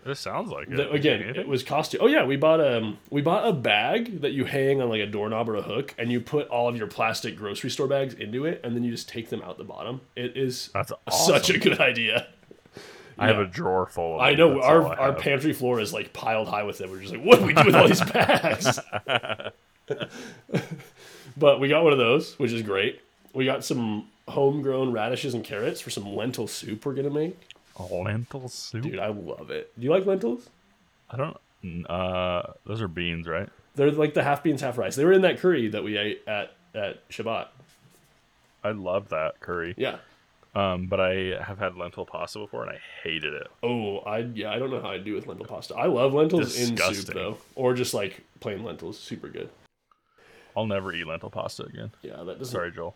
S1: This sounds like it.
S2: The- again, it was costume. Oh yeah, we bought um we bought a bag that you hang on like a doorknob or a hook, and you put all of your plastic grocery store bags into it, and then you just take them out the bottom. It is
S1: That's
S2: such a good idea.
S1: I have
S2: yeah.
S1: a drawer full of.
S2: I
S1: it.
S2: know
S1: That's
S2: our
S1: all I
S2: our
S1: have.
S2: pantry floor is like piled high with them. We're just like, what do we do with all these bags? but we got one of those, which is great. We got some homegrown radishes and carrots for some lentil soup we're gonna make.
S1: lentil soup.
S2: Dude, I love it. Do you like lentils?
S1: I don't. n- Uh, those are beans, right?
S2: They're like the half beans, half rice. They were in that curry that we ate at at Shabbat.
S1: I love that curry.
S2: Yeah.
S1: Um, but I have had lentil pasta before and I hated it.
S2: Oh, I yeah, I don't know how I do with lentil pasta. I love lentils in soup
S1: Disgusting.
S2: though, or just like plain lentils, super good.
S1: I'll never eat lentil pasta again.
S2: Yeah, that doesn't.
S1: Sorry, Joel.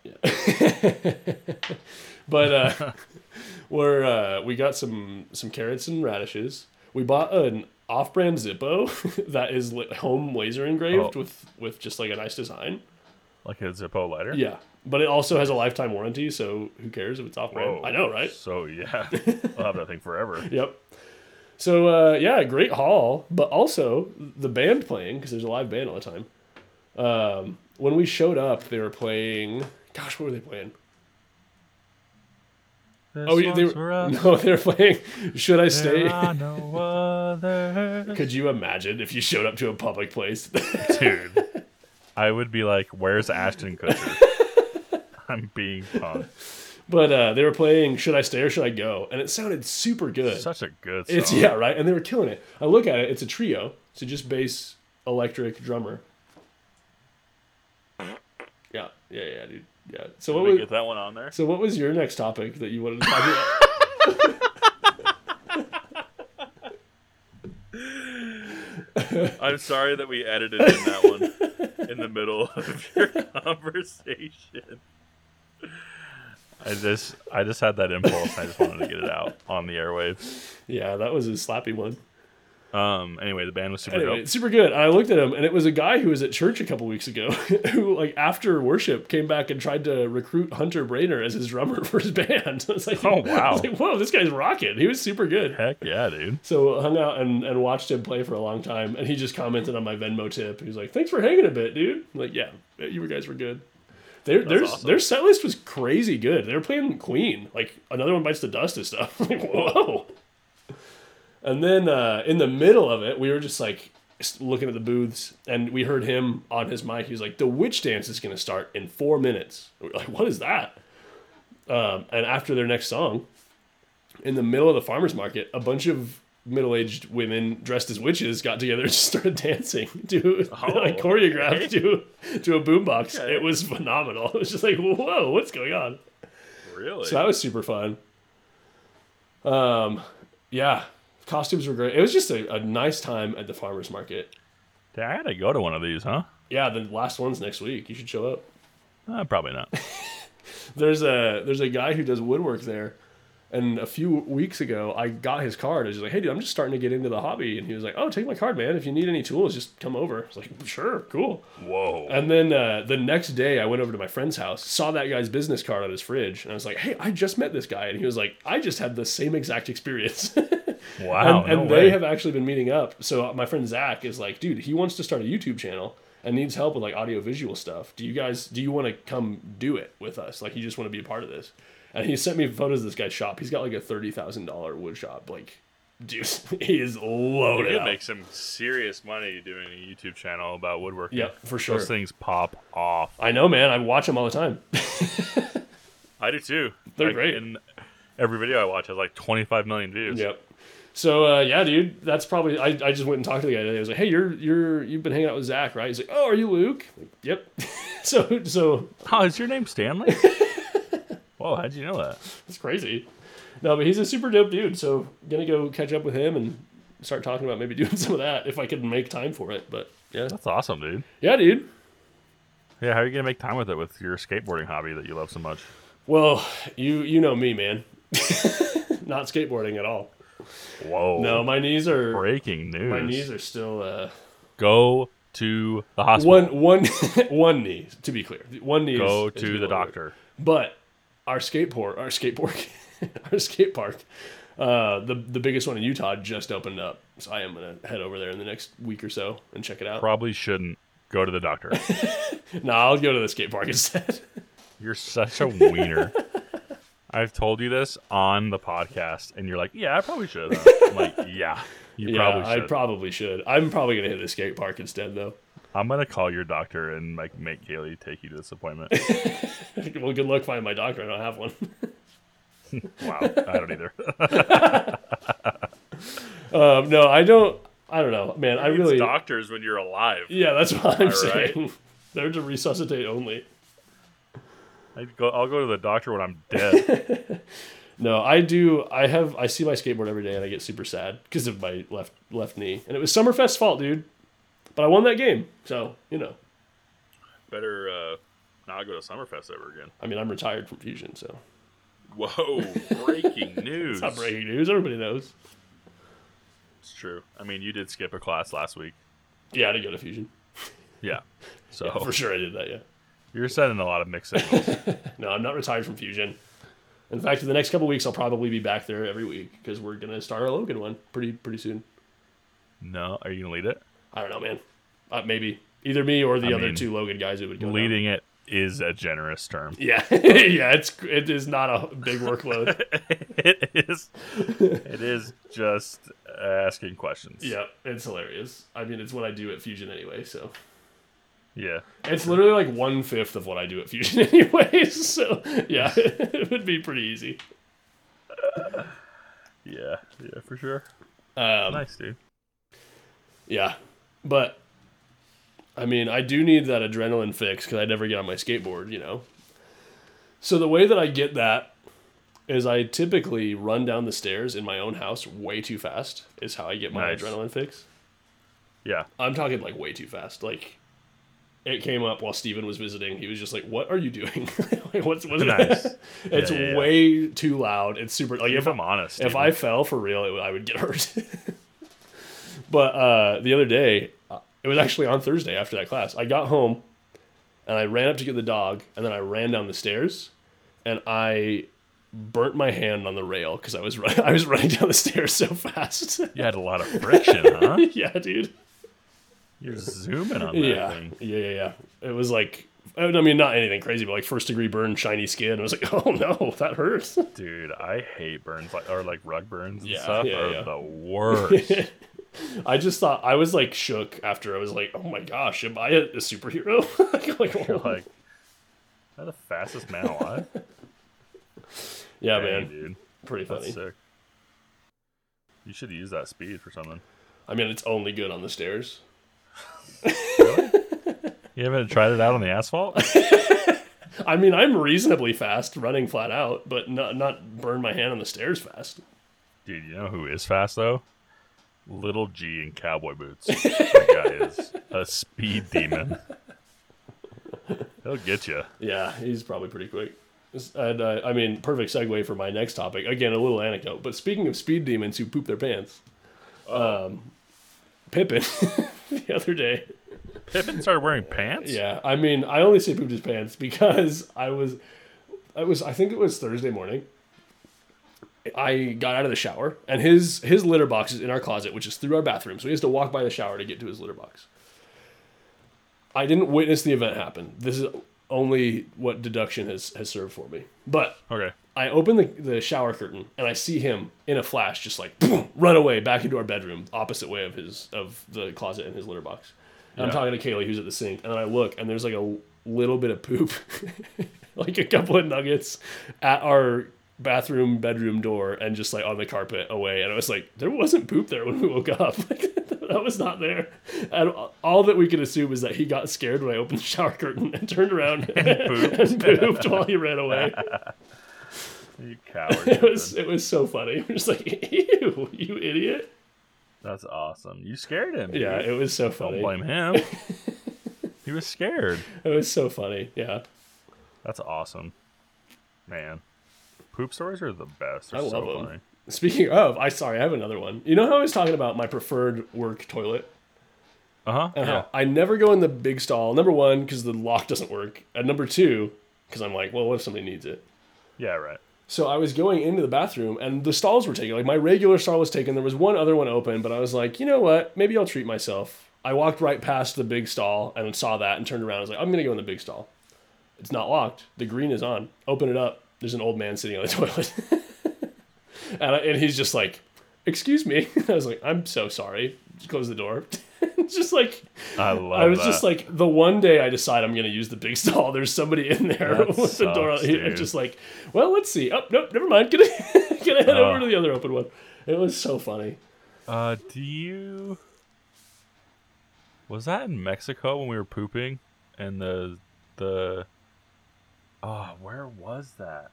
S2: But uh, we're uh, we got some some carrots and radishes. We bought an off-brand Zippo that is li- home laser engraved
S1: Oh.
S2: with with just like a nice design.
S1: Like a Zippo lighter?
S2: Yeah, but it also has a lifetime warranty, so who cares if it's off-brand? I know, right?
S1: Oh, So, yeah. I'll have that thing forever.
S2: Yep. So uh, yeah, great haul, but also the band playing because there's a live band all the time. Um, when we showed up, they were playing. Gosh, what were they playing? oh, yeah, they were. No, they were playing. Should I stay?
S1: no
S2: Could you imagine if you showed up to a public place?
S1: Dude, I would be like, where's Ashton Kutcher? I'm being punked.
S2: but uh, they were playing. Should I stay or should I go? And it sounded super good.
S1: Such a good song.
S2: It's yeah, right. And they were killing it. I look at it. It's a trio. So just bass, electric, drummer. Yeah, yeah, yeah, dude. Yeah. So what
S1: Let me
S2: was
S1: get that one on there.
S2: so what was your next topic that you wanted to talk about?
S1: I'm sorry that we edited in that one in the middle of your conversation. I just, I just had that impulse. I just wanted to get it out on the airwaves.
S2: yeah, that was a slappy one.
S1: Um. Anyway, the band was super
S2: Anyway,
S1: dope.
S2: it's super good. And I looked at him, and it was a guy who was at church a couple weeks ago, who like after worship came back and tried to recruit Hunter Brainer as his drummer for his band. I was like,
S1: Oh, wow.
S2: I was like, whoa, this guy's rocking. He was super good.
S1: Heck yeah, dude.
S2: So hung out and, and watched him play for a long time, and he just commented on my Venmo tip. He was like, "Thanks for hanging a bit, dude." I'm like, yeah, you guys were good. Their their
S1: awesome.
S2: their set list was crazy good. They were playing Queen, like another one bites the dust and stuff. like whoa. And then uh, in the middle of it, we were just like s- looking at the booths, and we heard him on his mic. He was like, "The witch dance is going to start in four minutes." We we're like, "What is that?" Um, and after their next song, in the middle of the farmers market, a bunch of middle-aged women dressed as witches got together and just started dancing to like choreographed to to a boombox. It was phenomenal. It was just like, whoa, what's going on?
S1: Really?
S2: So that was super fun. Um, yeah, costumes were great. It was just a, a nice time at the farmers market.
S1: Dang, I gotta go to one of these, huh?
S2: Yeah, the last one's next week. You should show up.
S1: Uh, probably not.
S2: There's a there's a guy who does woodwork there, and a few weeks ago I got his card. I was just like, hey dude, I'm just starting to get into the hobby, and he was like, oh, take my card, man. If you need any tools, just come over. I was like, sure, cool.
S1: Whoa.
S2: And then uh, the next day, I went over to my friend's house, saw that guy's business card on his fridge, and I was like, "Hey, I just met this guy," and he was like, "I just had the same exact experience."
S1: Wow.
S2: and
S1: no
S2: and
S1: way.
S2: they have actually been meeting up. So uh, my friend Zach is like, dude, he wants to start a YouTube channel and needs help with like audio visual stuff. Do you guys do you want to come do it with us? Like you just want to be a part of this? And he sent me photos of this guy's shop. He's got like a thirty thousand dollar wood shop. Like, dude, he is
S1: You
S2: loaded.
S1: could
S2: up.
S1: make some serious money doing a YouTube channel about woodworking.
S2: Yeah, for sure.
S1: Those things pop off.
S2: I know, man. I watch him all the time.
S1: I do too.
S2: They're
S1: Like,
S2: great.
S1: And every video I watch has like 25 million views.
S2: Yep. So uh, yeah, dude, that's probably. I, I just went and talked to the guy today. I was like, "Hey, you're you're you've been hanging out with Zach, right?" He's like, "Oh, are you Luke?" I'm like, yep. so so
S1: Oh, is your name Stanley? Whoa, how'd you know that?
S2: it's crazy. No, but he's a super dope dude. So gonna go catch up with him and start talking about maybe doing some of that if I can make time for it. But yeah,
S1: That's awesome, dude.
S2: yeah, dude.
S1: Yeah, how are you gonna make time with it with your skateboarding hobby that you love so much?
S2: Well, you you know me, man. Not skateboarding at all.
S1: Whoa.
S2: No, my knees are
S1: Breaking news.
S2: my knees are still uh,
S1: Go to the hospital.
S2: one one one knee. To be clear, one knee. is-
S1: Go
S2: is
S1: to
S2: below
S1: the
S2: the-
S1: doctor.
S2: But our skateboard, our skateboard, our skate park, uh, the the biggest one in Utah just opened up, so I am gonna head over there in the next week or so and check it out.
S1: Probably shouldn't go to the doctor.
S2: No, I'll go to the skate park instead.
S1: You're such a wiener. I've told you this on the podcast, and you're like, "Yeah, I probably should." have." I'm like, "Yeah, you
S2: yeah,
S1: probably
S2: I
S1: should."
S2: probably should. I'm probably gonna hit the skate park instead though.
S1: I'm gonna call your doctor and like make Kaylee take you to this appointment.
S2: well, good luck finding my doctor. I don't have one.
S1: wow, I don't either.
S2: um, no, I don't. I don't know, man. I really.
S1: it's doctors when you're alive.
S2: yeah, that's what
S1: All
S2: I'm
S1: right.
S2: saying. They're to resuscitate only.
S1: I go, I'll go to the doctor when I'm dead.
S2: No, I do. I have. I see my skateboard every day, and I get super sad because of my left left knee. And it was Summerfest's fault, dude. But I won that game, so you know.
S1: Better uh, not go to Summerfest ever again.
S2: I mean, I'm retired from Fusion, so
S1: Whoa! Breaking news.
S2: it's not breaking news. Everybody knows.
S1: It's true. I mean, you did skip a class last week.
S2: Yeah, I did go to Fusion
S1: Yeah. So
S2: for sure. I did that. Yeah.
S1: you're sending a lot of mixed signals.
S2: No, I'm not retired from Fusion. In fact, in the next couple weeks, I'll probably be back there every week because we're gonna start our Logan one pretty pretty soon.
S1: no, are you gonna lead it?
S2: I don't know, man. Uh, maybe either me or the
S1: I
S2: other
S1: mean,
S2: two Logan guys who would go down.
S1: Leading it is a generous term.
S2: Yeah, yeah. It's it is not a big workload.
S1: it is. It is just asking questions.
S2: Yeah, it's hilarious. I mean, it's what I do at Fusion anyway, so
S1: Yeah.
S2: it's literally like one fifth of what I do at Fusion anyway. So yeah, it would be pretty easy.
S1: Yeah. Yeah. For sure.
S2: Um,
S1: Nice, dude.
S2: Yeah, but I mean, I do need that adrenaline fix because I never get on my skateboard, you know. So the way that I get that is I typically run down the stairs in my own house way too fast. Is how I get my
S1: Nice.
S2: adrenaline fix.
S1: Yeah.
S2: I'm talking like way too fast. Like it came up while Steven was visiting. He was just like, "What are you doing? like, what's what's
S1: Nice.
S2: it's
S1: yeah, yeah.
S2: way too loud. It's super like
S1: If
S2: if
S1: I'm
S2: i
S1: honest,
S2: if I fell for real, it, I would get hurt. but uh, the other day, uh, it was actually on Thursday after that class. I got home and I ran up to get the dog, and then I ran down the stairs, and I burnt my hand on the rail because I was run- I was running down the stairs so fast.
S1: you had a lot of friction, huh?
S2: yeah, dude.
S1: You're zooming on that
S2: yeah.
S1: thing.
S2: Yeah, yeah, yeah. It was like, I mean, not anything crazy, but like first degree burn, shiny skin. I was like, oh no, that hurts.
S1: Dude, I hate burns like or like rug burns and
S2: Yeah,
S1: stuff
S2: yeah,
S1: are
S2: yeah.
S1: the worst.
S2: I just thought I was like shook after I was like, oh my gosh, am I a, a superhero? like, oh.
S1: You're like, am I the fastest man alive?
S2: yeah,
S1: Dang,
S2: man,
S1: dude.
S2: pretty
S1: That's
S2: funny.
S1: sick. You should use that speed for something.
S2: I mean, it's only good on the stairs.
S1: You haven't tried it out on the asphalt?
S2: I mean, I'm reasonably fast running flat out, but not not burn my hand on the stairs fast.
S1: Dude, you know who is fast though? Little G in cowboy boots. that guy is a speed demon. He'll get you.
S2: Yeah, he's probably pretty quick. And uh, I mean, perfect segue for my next topic. Again, a little anecdote. But speaking of speed demons who poop their pants, um, Pippin the other day.
S1: Pippin started wearing pants.
S2: Yeah, I mean, I only say pooped his pants because I was, I was, I think it was Thursday morning. I got out of the shower and his his litter box is in our closet, which is through our bathroom, so he has to walk by the shower to get to his litter box. I didn't witness the event happen. This is only what deduction has has served for me, but
S1: Okay.
S2: I open the, the shower curtain and I see him in a flash, just like boom, run away back into our bedroom, opposite way of his of the closet and his litter box. And I'm
S1: Yeah.
S2: talking to Kaylee, who's at the sink, and then I look and there's like a little bit of poop, like a couple of nuggets, at our bathroom bedroom door and just like on the carpet away. And I was like, there wasn't poop there when we woke up. Like, that was not there. And all that we can assume is that he got scared when I opened the shower curtain and turned around and pooped while he ran away.
S1: You coward.
S2: It was it was so funny. I'm just like, ew, you idiot.
S1: That's awesome. You scared him.
S2: Yeah,
S1: dude.
S2: it was so
S1: Don't
S2: funny.
S1: blame him. he was scared.
S2: It was so funny. Yeah,
S1: That's awesome. Man. Poop stories are the best. They're
S2: I love
S1: so
S2: them.
S1: funny.
S2: Speaking of, I sorry, I have another one. You know how I was talking about my preferred work toilet?
S1: Uh huh.
S2: And
S1: Yeah.
S2: how I never go in the big stall. Number one, because the lock doesn't work. And number two, because I'm like, well, what if somebody needs it?
S1: yeah, right.
S2: So I was going into the bathroom and the stalls were taken. Like my regular stall was taken. There was one other one open, but I was like, you know what? Maybe I'll treat myself. I walked right past the big stall and saw that and turned around. I was like, I'm going to go in the big stall. It's not locked. The green is on. Open it up. There's an old man sitting on the toilet. and, I, and he's just like, excuse me. I was like, I'm so sorry. Just close the door. It's just like,
S1: I love
S2: I was
S1: that.
S2: just like, the one day I decide I'm going to use the big stall, there's somebody in there
S1: That
S2: with the door.
S1: sucks,
S2: I'm
S1: dude.
S2: just like, well, let's see. Oh, nope, never mind. Gonna, gonna head over
S1: Oh.
S2: to the other open one. It was so funny.
S1: Uh, do you? Was that in Mexico when we were pooping, and the the? Oh, where was that?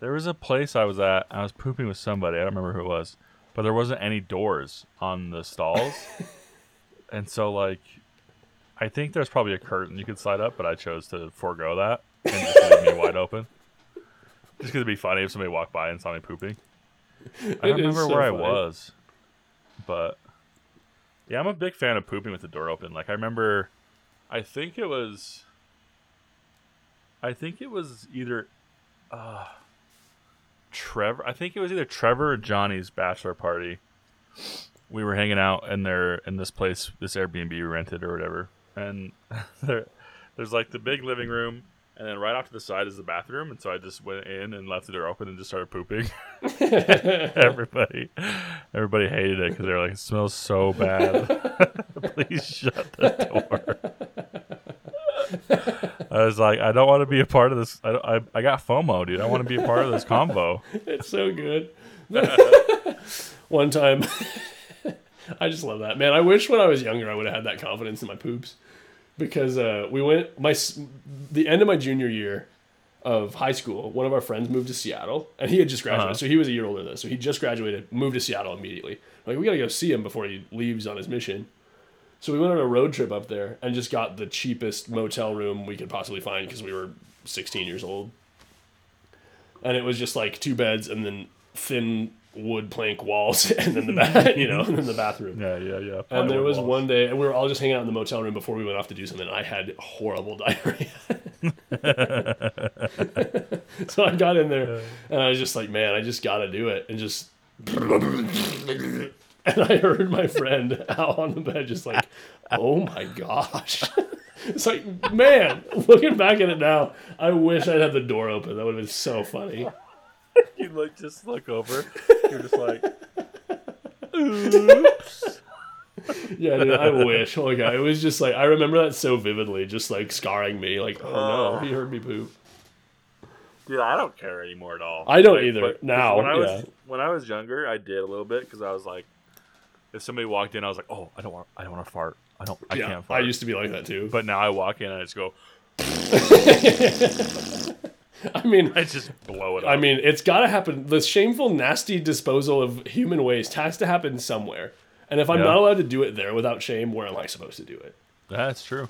S1: There was a place I was at. I was pooping with somebody. I don't remember who it was, but there wasn't any doors on the stalls, and so like, I think there's probably a curtain you could slide up, but I chose to forego that and just leave me wide open. Just 'cause it'd be funny if somebody walked by and saw me pooping. I
S2: It
S1: don't
S2: is
S1: remember
S2: so
S1: where I
S2: funny.
S1: was, but yeah, I'm a big fan of pooping with the door open. Like I remember, I think it was, I think it was either, uh, Trevor. I think it was either Trevor or Johnny's bachelor party. We were hanging out in there in this place, this Airbnb we rented or whatever, and there, there's like the big living room. And then right off to the side is the bathroom, and so I just went in and left the door open and just started pooping everybody everybody hated it because they were like it smells so bad please shut the door i was like i don't want to be a part of this i, don't- I, I got fomo dude i want to be a part of this combo
S2: It's so good. one time, I just love that man. I wish when I was younger I would have had that confidence in my poops, because uh, we went my s- the end of my junior year of high school. One of our friends moved to Seattle, and he had just graduated,
S1: Uh-huh.
S2: so he was a year older than us. So he just graduated, moved to Seattle immediately. Like we gotta go see him before he leaves on his mission. So we went on a road trip up there and just got the cheapest motel room we could possibly find because we were 16 years old. And it was just like two beds and then thin wood plank walls and then the bath, you know, and then the bathroom.
S1: yeah yeah yeah
S2: And there
S1: Plywood
S2: was
S1: walls.
S2: one day, and we were all just hanging out in the motel room before we went off to do something. And I had horrible diarrhea. so I got in there and I was just like, man, I just got to do it. And just. And I heard my friend out on the bed, just like, oh my gosh. It's like, man, looking back at it now, I wish I'd had the door open. That would have been so funny.
S1: you like just look over you're just like
S2: Yeah, dude, I wish. Holy God. It was just like, I remember that so vividly, just like scarring me. Like, oh no, he heard me poop.
S1: dude i don't care anymore at all
S2: I don't
S1: Like,
S2: either,
S1: but-
S2: now,
S1: when i was
S2: yeah.
S1: when i was younger i did a little bit because i was like if somebody walked in i was like oh i don't want i don't want to fart i don't i
S2: Yeah,
S1: can't
S2: I
S1: fart
S2: used to be like that too. But
S1: but now i walk in and i just go
S2: I mean,
S1: I just blow it up.
S2: I mean, it's got to happen. The shameful, nasty disposal of human waste has to happen somewhere. And if I'm
S1: Yeah.
S2: not allowed to do it there without shame, where am I supposed to do it?
S1: that's true.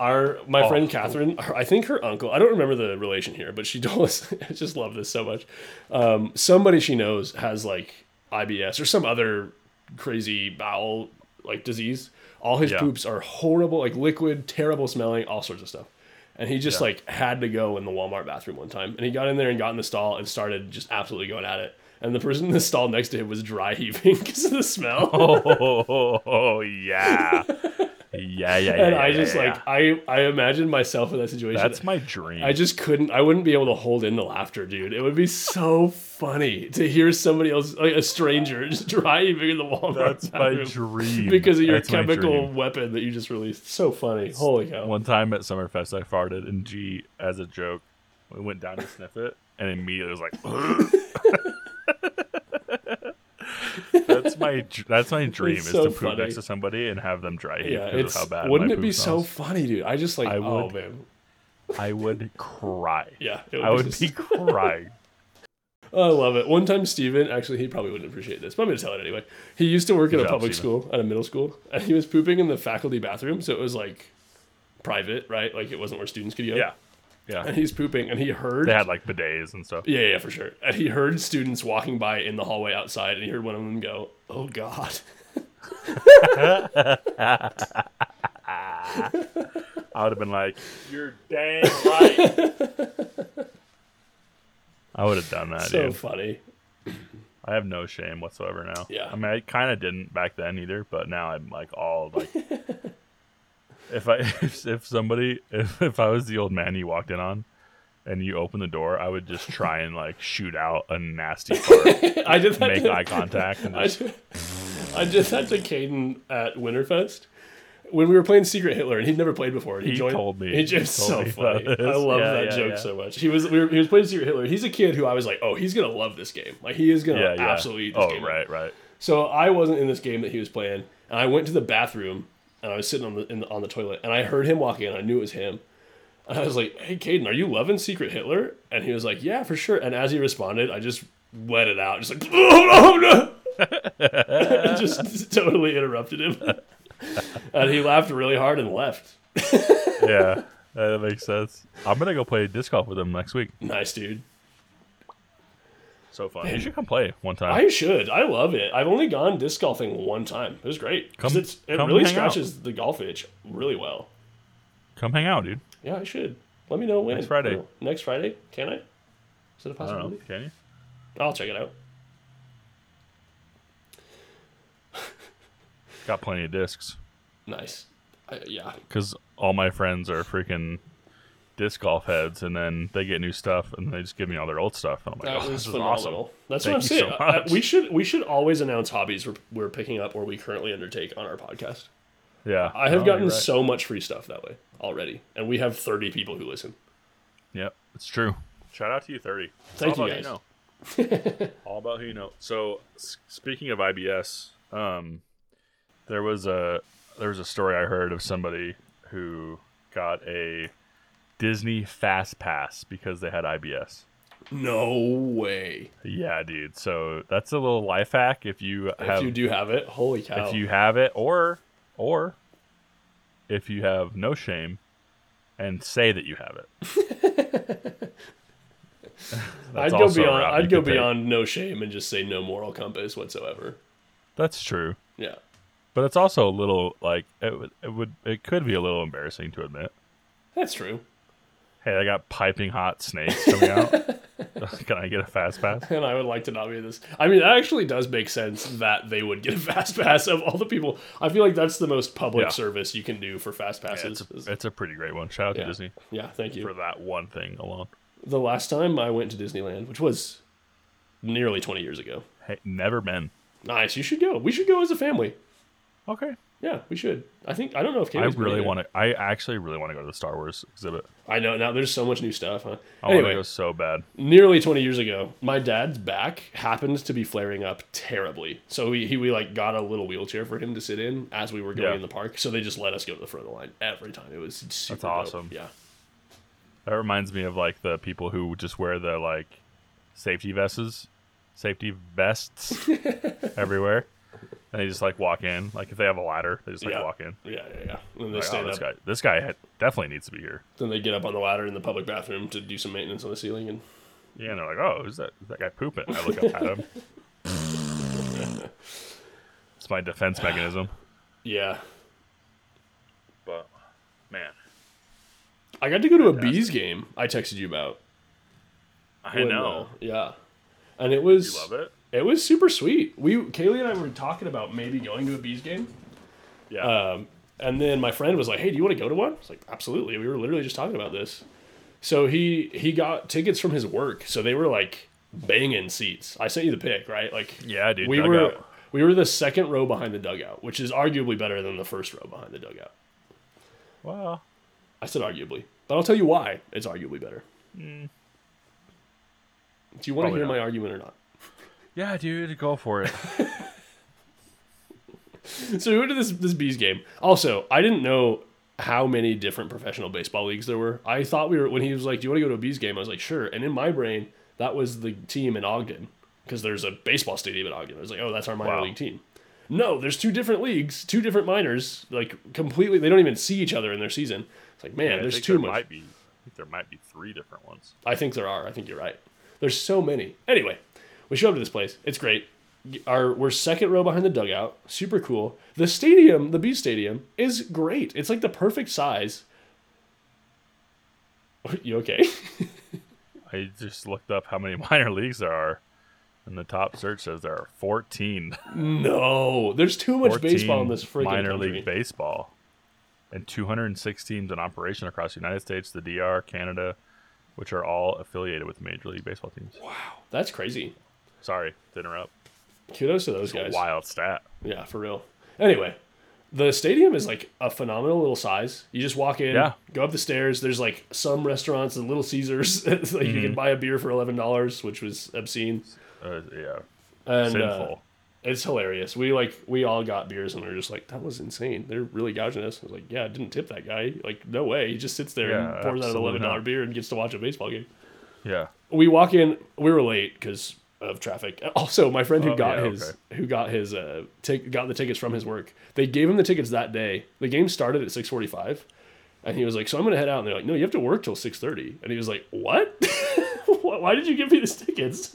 S2: Our my
S1: Oh.
S2: friend Catherine, her- I think her uncle. I don't remember the relation here, but she told us. I just love this so much. Um, somebody she knows has like IBS or some other crazy bowel like disease. All his
S1: Yeah.
S2: poops are horrible, like liquid, terrible smelling, all sorts of stuff. And he just
S1: Yeah.
S2: like had to go in the Walmart bathroom one time, and he got in there and got in the stall and started just absolutely going at it. And the person in the stall next to him was dry heaving because of the smell.
S1: Oh, yeah, Yeah, yeah, yeah.
S2: and
S1: yeah,
S2: I
S1: yeah,
S2: just
S1: yeah,
S2: like
S1: yeah.
S2: I I imagined myself in that situation.
S1: that's my dream.
S2: I just couldn't. I wouldn't be able to hold in the laughter, dude. It would be so funny to hear somebody else, like a stranger, just driving in the Walmart
S1: that's my
S2: bathroom
S1: dream
S2: because of your
S1: That's my
S2: chemical
S1: dream.
S2: weapon that you just released. So funny! Holy cow!
S1: One time at Summerfest, I farted, and G, as a joke, we went down to sniff it, and immediately was like, "That's my dr- that's my dream
S2: It's
S1: is
S2: so
S1: to poop
S2: funny.
S1: next to somebody and have them dry heat
S2: yeah,
S1: because
S2: it's
S1: of how bad."
S2: wouldn't
S1: my
S2: it be
S1: poop
S2: so
S1: smells.
S2: funny, dude? I just like
S1: I
S2: oh
S1: would.
S2: man,
S1: I would cry.
S2: yeah, it
S1: I would
S2: just-
S1: be crying.
S2: I love it. One time, Steven, actually, he probably wouldn't appreciate this, but I'm going to tell it anyway. He used to work at a
S1: job,
S2: public
S1: Steven.
S2: school, at a middle school, and he was pooping in the faculty bathroom. So it was like private, right? Like it wasn't where students could go.
S1: yeah,
S2: And
S1: yeah.
S2: he's pooping, and he heard.
S1: They had like bidets and stuff.
S2: yeah, yeah, for sure. And he heard students walking by in the hallway outside, and he heard one of them go, Oh, God.
S1: I would have been like, "You're dang right." I would have done that.
S2: so
S1: dude.
S2: funny.
S1: I have no shame whatsoever now.
S2: Yeah.
S1: I mean, I kind of didn't back then either, but now I'm like all like, if I if, if somebody if if I was the old man you walked in on, and you opened the door, I would just try and like shoot out a nasty fart,
S2: I did that.
S1: make
S2: to-
S1: eye contact, and
S2: I
S1: just,
S2: did, I did that to Caden at Winterfest. When we were playing Secret Hitler, and he'd never played before, he,
S1: He
S2: joined,
S1: told me.
S2: He just
S1: He told
S2: so
S1: me
S2: funny.
S1: about
S2: I
S1: this.
S2: love
S1: Yeah,
S2: that
S1: yeah,
S2: joke
S1: yeah.
S2: so much. He was we were, he was playing Secret Hitler. He's a kid who I was like, oh, he's gonna love this game. Like he is gonna
S1: yeah, yeah.
S2: absolutely eat this
S1: oh,
S2: game. up.
S1: right, right.
S2: So I wasn't in this game that he was playing, and I went to the bathroom, and I was sitting on the, in the on the toilet, and I heard him walk in. I knew it was him, and I was like, "Hey, Caden, are you loving Secret Hitler?" And he was like, "Yeah, for sure." And as he responded, I just let it out, just like, "Oh no!" no." just totally interrupted him, and he laughed really hard and left.
S1: Yeah, that makes sense. I'm gonna go play disc golf with him next week.
S2: Nice dude.
S1: So fun. You should come play one time.
S2: I should. I love it. I've only gone disc golfing one time. It was great. 'Cause
S1: Come-
S2: it's, it
S1: come
S2: really
S1: hang out.
S2: scratches the golf itch really well.
S1: Come hang out, dude.
S2: Yeah, I should. Let me know when.
S1: Next Friday.
S2: Next Friday? Can I? Is
S1: I
S2: it a
S1: don't know.
S2: possibility?
S1: Can you?
S2: I'll check it out.
S1: Got plenty of discs.
S2: Nice. I, yeah.
S1: because all my friends are freaking disc golf heads, and then they get new stuff, and they just give me all their old stuff. And I'm like,
S2: That
S1: oh,
S2: was
S1: this is
S2: phenomenal.
S1: awesome.
S2: That's
S1: Thank
S2: what I'm
S1: you
S2: saying.
S1: so
S2: I- I-
S1: much.
S2: we should we should always announce hobbies we're, we're picking up or we currently undertake on our podcast.
S1: Yeah,
S2: I have
S1: No,
S2: gotten
S1: you're right.
S2: so much free stuff that way already, and we have 30 people who listen.
S1: Yep, it's true. Shout out to you, thirty. It's
S2: Thank
S1: all
S2: you,
S1: about know. all about who you know. So s- speaking of IBS, um, there was a there was a story I heard of somebody who got a Disney Fast Pass because they had IBS.
S2: No way.
S1: Yeah, dude. So that's a little life hack if you have
S2: if you do have it, holy cow!
S1: if you have it or or if you have no shame and say that you have it
S2: I'd
S1: That's
S2: go
S1: also a
S2: beyond.
S1: route
S2: I'd
S1: you
S2: go
S1: could take.
S2: beyond no shame and just say no moral compass whatsoever.
S1: that's true
S2: Yeah.
S1: but it's also a little like it, would- it would it could be a little embarrassing to admit
S2: That's true.
S1: hey i got piping hot snakes coming out can i get a fast pass
S2: and I would like to not be this. I mean, that actually does make sense that they would get a fast pass of all the people. I feel like that's the most public
S1: Yeah.
S2: service you can do for fast passes.
S1: it's a, it's a pretty great one shout out
S2: yeah.
S1: to disney
S2: Yeah, thank you.
S1: for that one thing alone
S2: The last time I went to Disneyland, which was nearly 20 years ago.
S1: hey never been
S2: Nice, you should go. We should go as a family.
S1: okay
S2: Yeah, we should. I think I don't know if
S1: i really want to i actually really want to go to the star wars exhibit
S2: to. I know now. There's so much new stuff. Huh?
S1: i want
S2: Anyway,
S1: to go so bad
S2: nearly 20 years ago my dad's back happened to be flaring up terribly so we, he, we like got a little wheelchair for him to sit in as we were going
S1: Yeah.
S2: in the park so they just let us go to the front of the line every time it was super dope.
S1: awesome.
S2: yeah
S1: That reminds me of like the people who just wear the like safety vests, safety vests everywhere, and they just like walk in. Like if they have a ladder, they just like
S2: Yeah.
S1: walk in.
S2: yeah yeah yeah and then they
S1: Like, oh,
S2: stand
S1: this
S2: up
S1: guy, this guy had, definitely needs to be here.
S2: then they get up on the ladder in the public bathroom to do some maintenance on the ceiling and
S1: Yeah, and they're like, oh, is that is that guy pooping? I look up at him. it's my defense mechanism.
S2: yeah
S1: But man,
S2: i got to go to a bees game i texted you about uh,
S1: I know
S2: yeah and it was
S1: you love it.
S2: It was super sweet. We Kaylee and I were talking about maybe going to a bees game.
S1: Yeah,
S2: Um, And then my friend was like, "Hey, do you want to go to one?" I was like, "Absolutely." We were literally just talking about this. So he he got tickets from his work. So they were like banging seats. I sent you the pic, right? Like
S1: Yeah, dude,
S2: We
S1: dugout.
S2: were we were the second row behind the dugout, which is arguably better than the first row behind the dugout.
S1: Well,
S2: I said arguably, but I'll tell you why it's arguably better. Do you want to
S1: Mm. Probably
S2: hear
S1: not.
S2: my argument or not?
S1: yeah, dude, go for it.
S2: So we went to this this bees game. Also, I didn't know how many different professional baseball leagues there were. I thought we were when he was like, "Do you want to go to a bees game?" I was like, "Sure." And in my brain, that was the team in Ogden because there's a baseball stadium in Ogden. I was like, "Oh, that's our minor
S1: Wow.
S2: league team." No, there's two different leagues, two different minors. Like completely, they don't even see each other in their season. It's like, man,
S1: I
S2: there's
S1: think
S2: too
S1: there
S2: much.
S1: Might be, I think there might be three different ones.
S2: I think there are. I think you're right. There's so many. Anyway, we show up to this place. It's great. Our, we're second row behind the dugout. Super cool. The stadium, the B Stadium, is great. It's like the perfect size. You okay?
S1: I just looked up how many minor leagues there are, and the top search says there are 14.
S2: No, there's too much
S1: 14
S2: baseball in this freaking
S1: minor
S2: country.
S1: league baseball, and 206 teams in operation across the United States, the DR, Canada, which are all affiliated with Major League Baseball teams.
S2: That's crazy.
S1: Sorry to interrupt.
S2: Kudos to those guys.
S1: Wild stat.
S2: Yeah, for real. Anyway, the stadium is like a phenomenal little size. You just walk in,
S1: Yeah.
S2: go up the stairs. There's like some restaurants and Little Caesars. It's like you can
S1: Mhm.
S2: buy a beer for eleven dollars, which was obscene.
S1: Uh, yeah,
S2: And uh,
S1: sinful.
S2: it's hilarious. We like we all got beers and we are just like, that was insane. They're really gouging us. I was like, yeah, I didn't tip that guy. Like, no way. He just sits there
S1: Yeah,
S2: and pours out an
S1: absolutely
S2: eleven dollar
S1: not.
S2: beer and gets to watch a baseball game.
S1: yeah,
S2: We walk in. We were late because of traffic. Also, my friend who
S1: Oh,
S2: got
S1: yeah,
S2: his
S1: okay.
S2: who got his uh take got the tickets from his work. They gave him the tickets that day. The game started at six forty five, and he was like, "So I'm gonna head out." And they're like, "No, you have to work till 6.30. And he was like, "What? Why why did you give me these tickets?"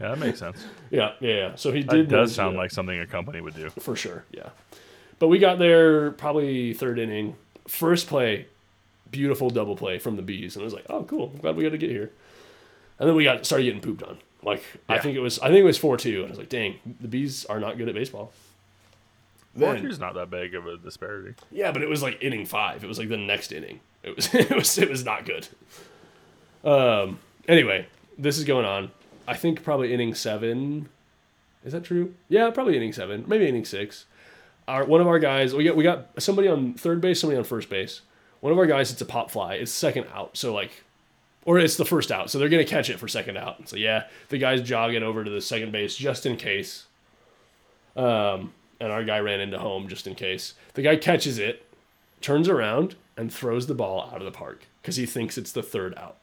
S1: yeah, that makes sense.
S2: yeah, yeah, yeah. So he
S1: It
S2: did. manage
S1: does
S2: to
S1: sound
S2: do
S1: like something a company would do.
S2: that, for sure. Yeah, but we got there probably third inning, first play, beautiful double play from the bees, and I was like, "Oh, cool! I'm glad we got to get here." And then we got started getting pooped on. Like I
S1: Yeah.
S2: think it was I think it was four two, and I was like, dang, the bees are not good at baseball. Then,
S1: Fortune's not that big of a disparity.
S2: yeah, but it was like inning five. It was like the next inning. It was it was it was not good. Um. Anyway, this is going on. I think probably inning seven. Is that true? Yeah, probably inning seven, maybe inning six. Our one of our guys, we got we got somebody on third base, somebody on first base. One of our guys, it's a pop fly. It's second out, so like or it's the first out, so they're gonna catch it for second out. So yeah, the guy's jogging over to the second base just in case. Um, and our guy ran into home just in case. The guy catches it, turns around, and throws the ball out of the park because he thinks it's the third out.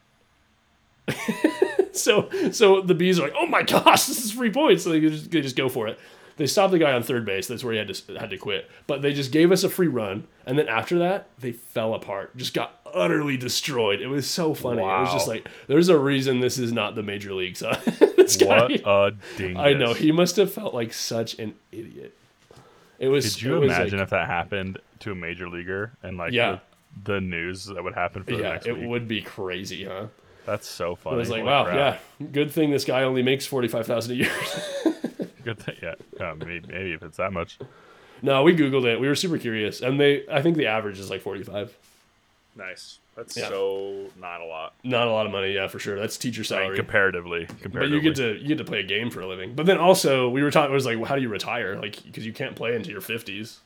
S2: so so the bees are like, oh my gosh, this is free points. So they just, they just go for it. They stop the guy on third base. That's where he had to had to quit. But they just gave us a free run, and then after that, they fell apart. Just got utterly destroyed. It was so funny. It was just
S1: Wow.
S2: like there's a reason this is not the major leagues. Huh? this guy,
S1: What a dingus!
S2: I know he must have felt like such an idiot. It was.
S1: Could you
S2: it was,
S1: imagine
S2: like-
S1: if that happened to a major leaguer and like
S2: Yeah.
S1: the, the news that would happen for the
S2: yeah,
S1: next
S2: it
S1: week?
S2: would be crazy, huh?
S1: That's so funny.
S2: I was like,
S1: Holy
S2: wow,
S1: crap.
S2: yeah. Good thing this guy only makes forty five thousand a year.
S1: Good thing, yeah. Uh, maybe, maybe if it's that much.
S2: no, we googled it. We were super curious, and they. I think the average is like forty five.
S1: Nice. That's
S2: Yeah.
S1: so not a lot.
S2: Not a lot of money, yeah, for sure. That's teacher
S1: I mean,
S2: salary.
S1: comparatively,
S2: but
S1: comparatively.
S2: you get to you get to play a game for a living. But then also, we were talking. It was like, well, how do you retire? Like, because you can't play into your fifties.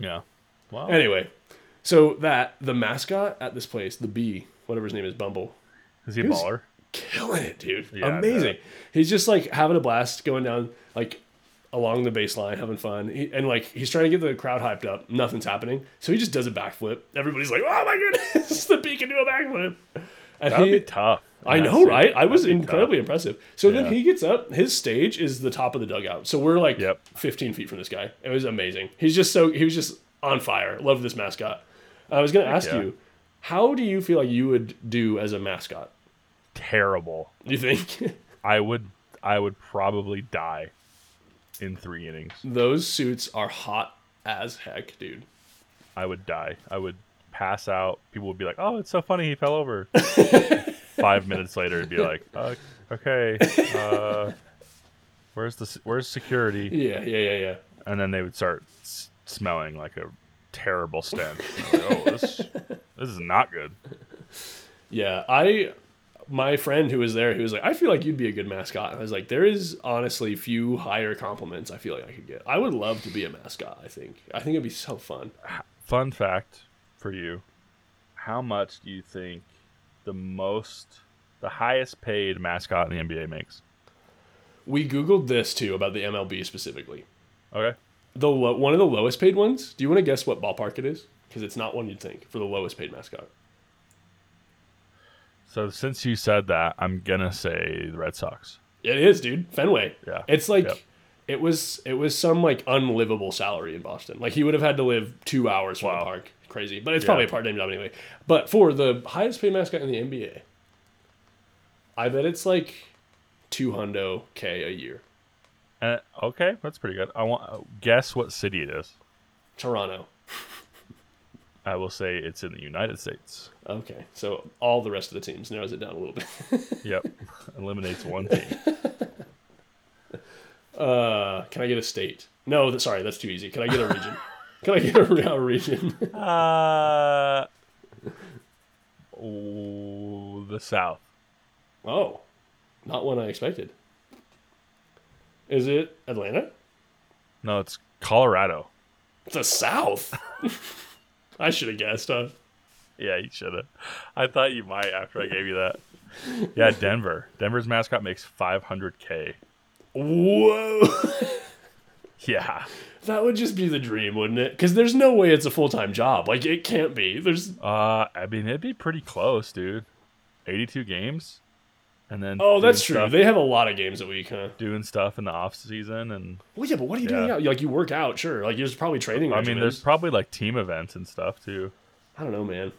S1: yeah. Wow.
S2: Anyway, so that the mascot at this place, the bee, whatever his name is, Bumble.
S1: Is he a
S2: was-
S1: baller?
S2: killing it, dude.
S1: Yeah,
S2: Amazing.
S1: I bet.
S2: He's just like having a blast going down like along the baseline, having fun. He, and like he's trying to get the crowd hyped up. Nothing's happening. So he just does a backflip. Everybody's like, "Oh my goodness, the bee can do a backflip." And
S1: That'd
S2: he,
S1: be tough.
S2: I
S1: Yeah,
S2: know,
S1: see,
S2: right? I was
S1: that'd be
S2: incredibly impressive. So then
S1: Yeah.
S2: he gets up. His stage is the top of the dugout. So we're like
S1: Yep.
S2: 15 feet from this guy. It was amazing. He's just so he was just on fire. Love this mascot. I was gonna ask
S1: yeah.
S2: you, how do you feel like you would do as a mascot?
S1: Terrible.
S2: You think?
S1: I would. I would probably die in three innings.
S2: Those suits are hot as heck, dude.
S1: I would die. I would pass out. People would be like, "Oh, it's so funny he fell over." Five minutes later, it'd be like, uh, "Okay, uh, where's the s- where's security?"
S2: Yeah, yeah, yeah, yeah.
S1: And then they would start s- smelling like a terrible stench. I'm like, oh, this this is not good.
S2: Yeah, I my friend who was there, he was like, I feel like you'd be a good mascot. And I was like, there is honestly few higher compliments I feel like I could get. I would love to be a mascot, I think. I think it'd be so fun.
S1: Fun fact for you: How much do you think the most, the highest paid mascot in the NBA makes?
S2: We googled this too about the MLB specifically.
S1: Okay,
S2: The lo- one of the lowest paid ones. Do you want to guess what ballpark it is? Cuz it's not one you'd think for the lowest paid mascot.
S1: so since you said that, I'm gonna say the Red Sox.
S2: It is, dude. Fenway.
S1: Yeah.
S2: It's like
S1: Yep.
S2: it was it was some like unlivable salary in Boston. Like he would have had to live two hours from the park. Crazy. But it's probably a part time job anyway. But for the highest paid mascot in the NBA, I bet it's like two hundo K a year.
S1: Uh, okay, that's pretty good. I want uh, guess what city it is.
S2: Toronto.
S1: I will say it's in the United States.
S2: Okay. So all the rest of the teams narrows it down a little bit.
S1: Yep, eliminates one team.
S2: Uh, can I get a state? No, th- sorry, that's too easy. Can I get a region? can I get a, re- a region?
S1: Uh, oh, the South.
S2: oh. Not one I expected. Is it Atlanta?
S1: No, it's Colorado.
S2: The South. I should have guessed, huh?
S1: Yeah, you should have. I thought you might after I gave you that. Yeah, Denver. Denver's mascot makes 500k.
S2: Whoa.
S1: Yeah.
S2: that would just be the dream, wouldn't it? Because there's no way it's a full time job. Like, it can't be. There's.
S1: Uh, I mean, it'd be pretty close, dude. 82 games, and then
S2: Oh,
S1: doing
S2: that's true.
S1: stuff-
S2: They have a lot of games a week, huh?
S1: doing stuff in the off season, and
S2: Well, yeah, but what are you doing
S1: Yeah.
S2: out? Like, you work out, sure. Like, you're just probably training.
S1: I mean,
S2: regimens.
S1: there's probably like team events and stuff too.
S2: I don't know, man.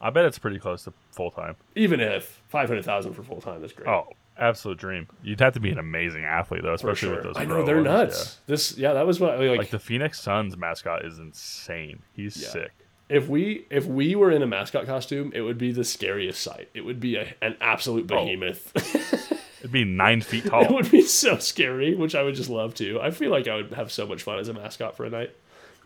S1: I bet it's pretty close to full time.
S2: Even if 500000 for full time, that's great.
S1: Oh, absolute dream. You'd have to be an amazing athlete though,
S2: for
S1: especially
S2: sure.
S1: with those.
S2: I know
S1: pro
S2: they're
S1: ones,
S2: nuts. This, yeah, that was what like,
S1: yeah. Like the Phoenix Suns mascot is insane. He's sick.
S2: if we if we were in a mascot costume, it would be the scariest sight. It would be a, an absolute
S1: Oh.
S2: behemoth.
S1: It'd be nine feet
S2: it
S1: tall.
S2: would be so scary, which I would just love to. I feel like I would have so much fun as a mascot for a night.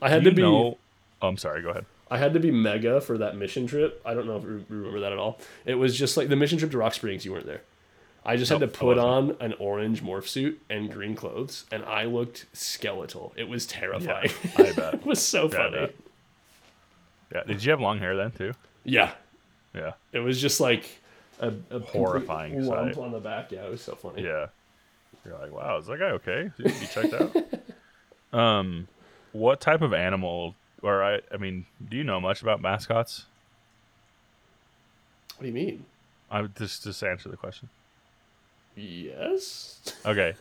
S2: I had
S1: you
S2: to be
S1: know, oh, I'm sorry. Go ahead.
S2: I had to be mega for that mission trip. I don't know if you remember that at all. It was just like the mission trip to Rock Springs. You weren't there. I just had
S1: Nope,
S2: to
S1: I
S2: put on an orange morph suit and green clothes, and I looked skeletal. It was terrifying.
S1: I bet.
S2: it was
S1: Yeah,
S2: so
S1: I
S2: funny.
S1: bet. Yeah. Did you have long hair then too?
S2: Yeah,
S1: Yeah.
S2: It was just like a, a
S1: Horrifying
S2: complete lump
S1: sight.
S2: on the back. Yeah, it was so funny.
S1: Yeah. You're like, wow, is that guy okay? Did he checked out? um, what type of animal? Or I, I mean, do you know much about mascots?
S2: What do you mean?
S1: I would just just answer the question.
S2: Yes.
S1: Okay.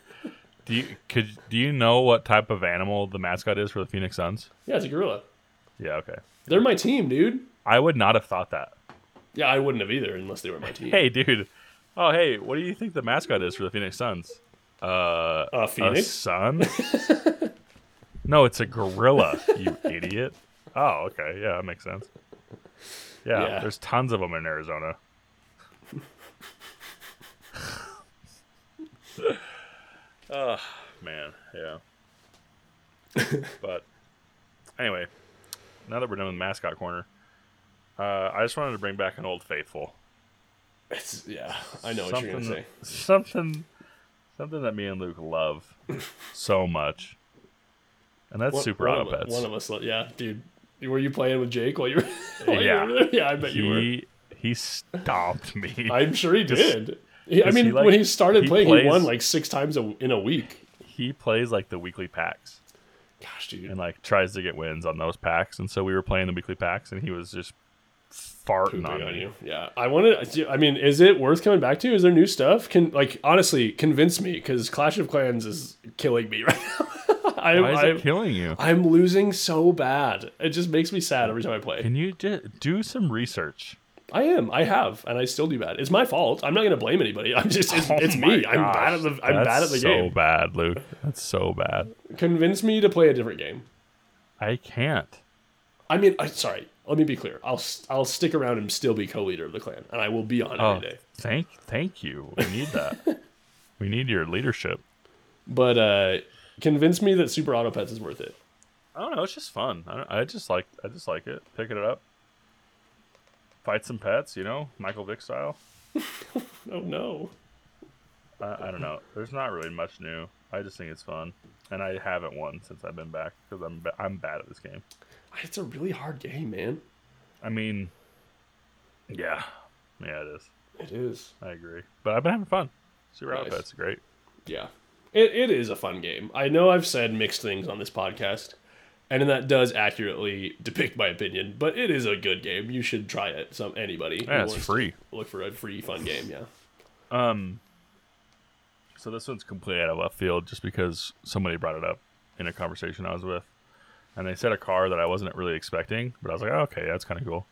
S1: Do you could do you know what type of animal the mascot is for the Phoenix Suns?
S2: Yeah, it's a gorilla.
S1: Yeah, okay.
S2: They're my team, dude.
S1: I would not have thought that.
S2: Yeah, I wouldn't have either unless they were my team.
S1: Hey, dude. Oh, hey, what do you think the mascot is for the Phoenix Suns? Uh,
S2: uh,
S1: a
S2: Phoenix.
S1: sun? no, it's a gorilla, you idiot. Oh, okay. Yeah, that makes sense. Yeah,
S2: Yeah.
S1: there's tons of them in Arizona. Ugh, man. Yeah. but anyway, now that we're done with mascot corner, uh, I just wanted to bring back an old faithful.
S2: It's- yeah, I know what
S1: something,
S2: you're gonna say.
S1: something, something that me and Luke love so much, and that's
S2: One-
S1: super
S2: one
S1: auto
S2: of,
S1: pets.
S2: One of us, lo- yeah, dude. Were you playing with Jake while you were? while you
S1: Yeah.
S2: were there? yeah, I bet you were.
S1: he he stomped me.
S2: I'm sure he did. He- I
S1: 'cause
S2: mean,
S1: he, like-
S2: when he started
S1: he
S2: playing, he won
S1: plays-
S2: like six times a, in a week.
S1: he plays like the weekly packs
S2: Gosh, dude.
S1: and like tries to get wins on those packs, and so we were playing the weekly packs, and he was just farting
S2: Pooping
S1: on,
S2: on
S1: me.
S2: you. Yeah, I wanted. do- I mean, is it worth coming back to? Is there new stuff? Can like honestly convince me because Clash of Clans is killing me right now. I,
S1: Why is
S2: I,
S1: it killing you?
S2: I'm losing so bad. It just makes me sad every time I play.
S1: Can you just do some research?
S2: I am. I have, and I still do bad. It's my fault. I'm not gonna blame anybody. I'm just. It's,
S1: Oh
S2: it's
S1: my
S2: me. I'm
S1: gosh,
S2: bad at the. I'm
S1: that's
S2: bad at the
S1: so
S2: game.
S1: bad, Luke. That's so bad.
S2: Convince me to play a different game.
S1: I can't.
S2: I mean, I, sorry. Let me be clear. I'll s- I'll stick around and still be co-leader of the clan, and I will be on
S1: Oh,
S2: every day.
S1: thank thank you. We need that. we need your leadership.
S2: But uh, convince me that Super Auto Pets is worth it.
S1: I don't know. It's just fun. I, don't, I just like I just like it. Picking it up, fight some pets. You know, Michael Vick style.
S2: Oh no.
S1: I, I don't know. There's not really much new. I just think it's fun, and I haven't won since I've been back because I'm ba- I'm bad at this game.
S2: It's a really hard game, man.
S1: I mean, yeah, yeah, it is.
S2: It is.
S1: I agree, but I've been having fun. Super
S2: Nice.
S1: nice. Outfits, great.
S2: Yeah. It, it is a fun game. I know I've said mixed things on this podcast, and that does accurately depict my opinion, but it is a good game. You should try it, some anybody. who
S1: Yeah, it's
S2: wants
S1: free.
S2: to Look for a free fun game, yeah.
S1: Um, so this one's completely out of left field, just because somebody brought it up in a conversation I was with, and they said a car that I wasn't really expecting, but I was like, oh, okay, that's kind of cool.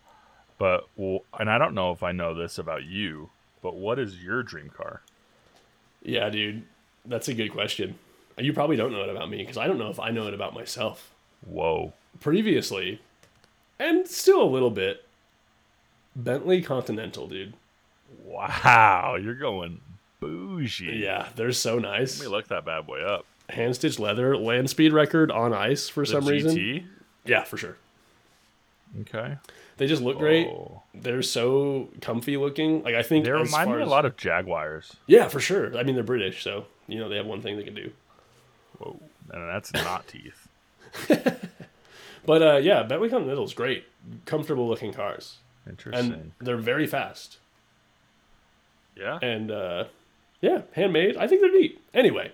S1: But well, and I don't know if I know this about you, but what is your dream car?
S2: Yeah, dude. That's a good question. You probably don't know it about me because I don't know if I know it about myself.
S1: Whoa,
S2: Previously, and still a little bit, Bentley Continental, dude.
S1: wow, you're going bougie.
S2: Yeah, they're so nice.
S1: Let me look that bad boy up.
S2: Hand stitched leather, land speed record on ice for
S1: The
S2: some reason.
S1: GT?
S2: Yeah, for sure.
S1: Okay.
S2: They just look great.
S1: Oh.
S2: They're so comfy looking. Like I think
S1: They
S2: as
S1: remind
S2: far
S1: me a
S2: as-
S1: lot of Jaguars.
S2: Yeah, for sure. I mean, they're British, so you know they have one thing they can do.
S1: Whoa. And that's not teeth.
S2: But uh, yeah, Bentley Continental's great, comfortable looking cars,
S1: Interesting.
S2: and they're very fast.
S1: yeah.
S2: And uh, yeah, handmade. I think they're neat. Anyway,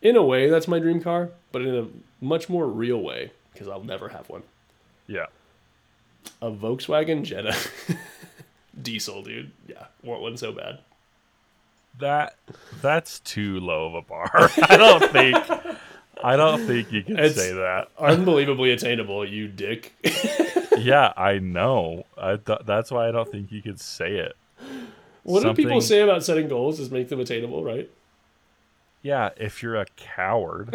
S2: in a way, that's my dream car, but in a much more real way because I'll never have one.
S1: yeah.
S2: A Volkswagen Jetta, diesel, dude. Yeah, want one so bad.
S1: That that's too low of a bar. I don't think I don't think you can
S2: It's-
S1: say that.
S2: Unbelievably attainable, you dick.
S1: Yeah, I know. I th- that's why I don't think you could say it.
S2: what do
S1: Something-
S2: people say about setting goals? Is make them attainable, right?
S1: Yeah, if you're a coward.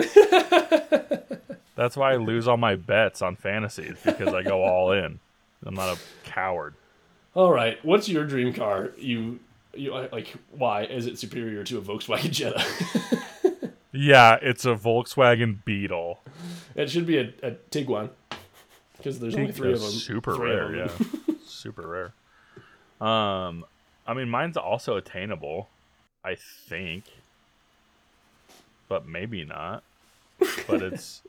S1: that's why I lose all my bets on fantasies because I go all in. I'm not a coward.
S2: All right, what's your dream car? You, you uh, like why is it superior to a Volkswagen Jetta?
S1: Yeah, it's a Volkswagen Beetle.
S2: it should be a, a Tiguan because there's only three of them.
S1: That's Super
S2: three of
S1: rare,
S2: them.
S1: yeah. super rare. Um, I mean, mine's also attainable, I think, but maybe not. But it's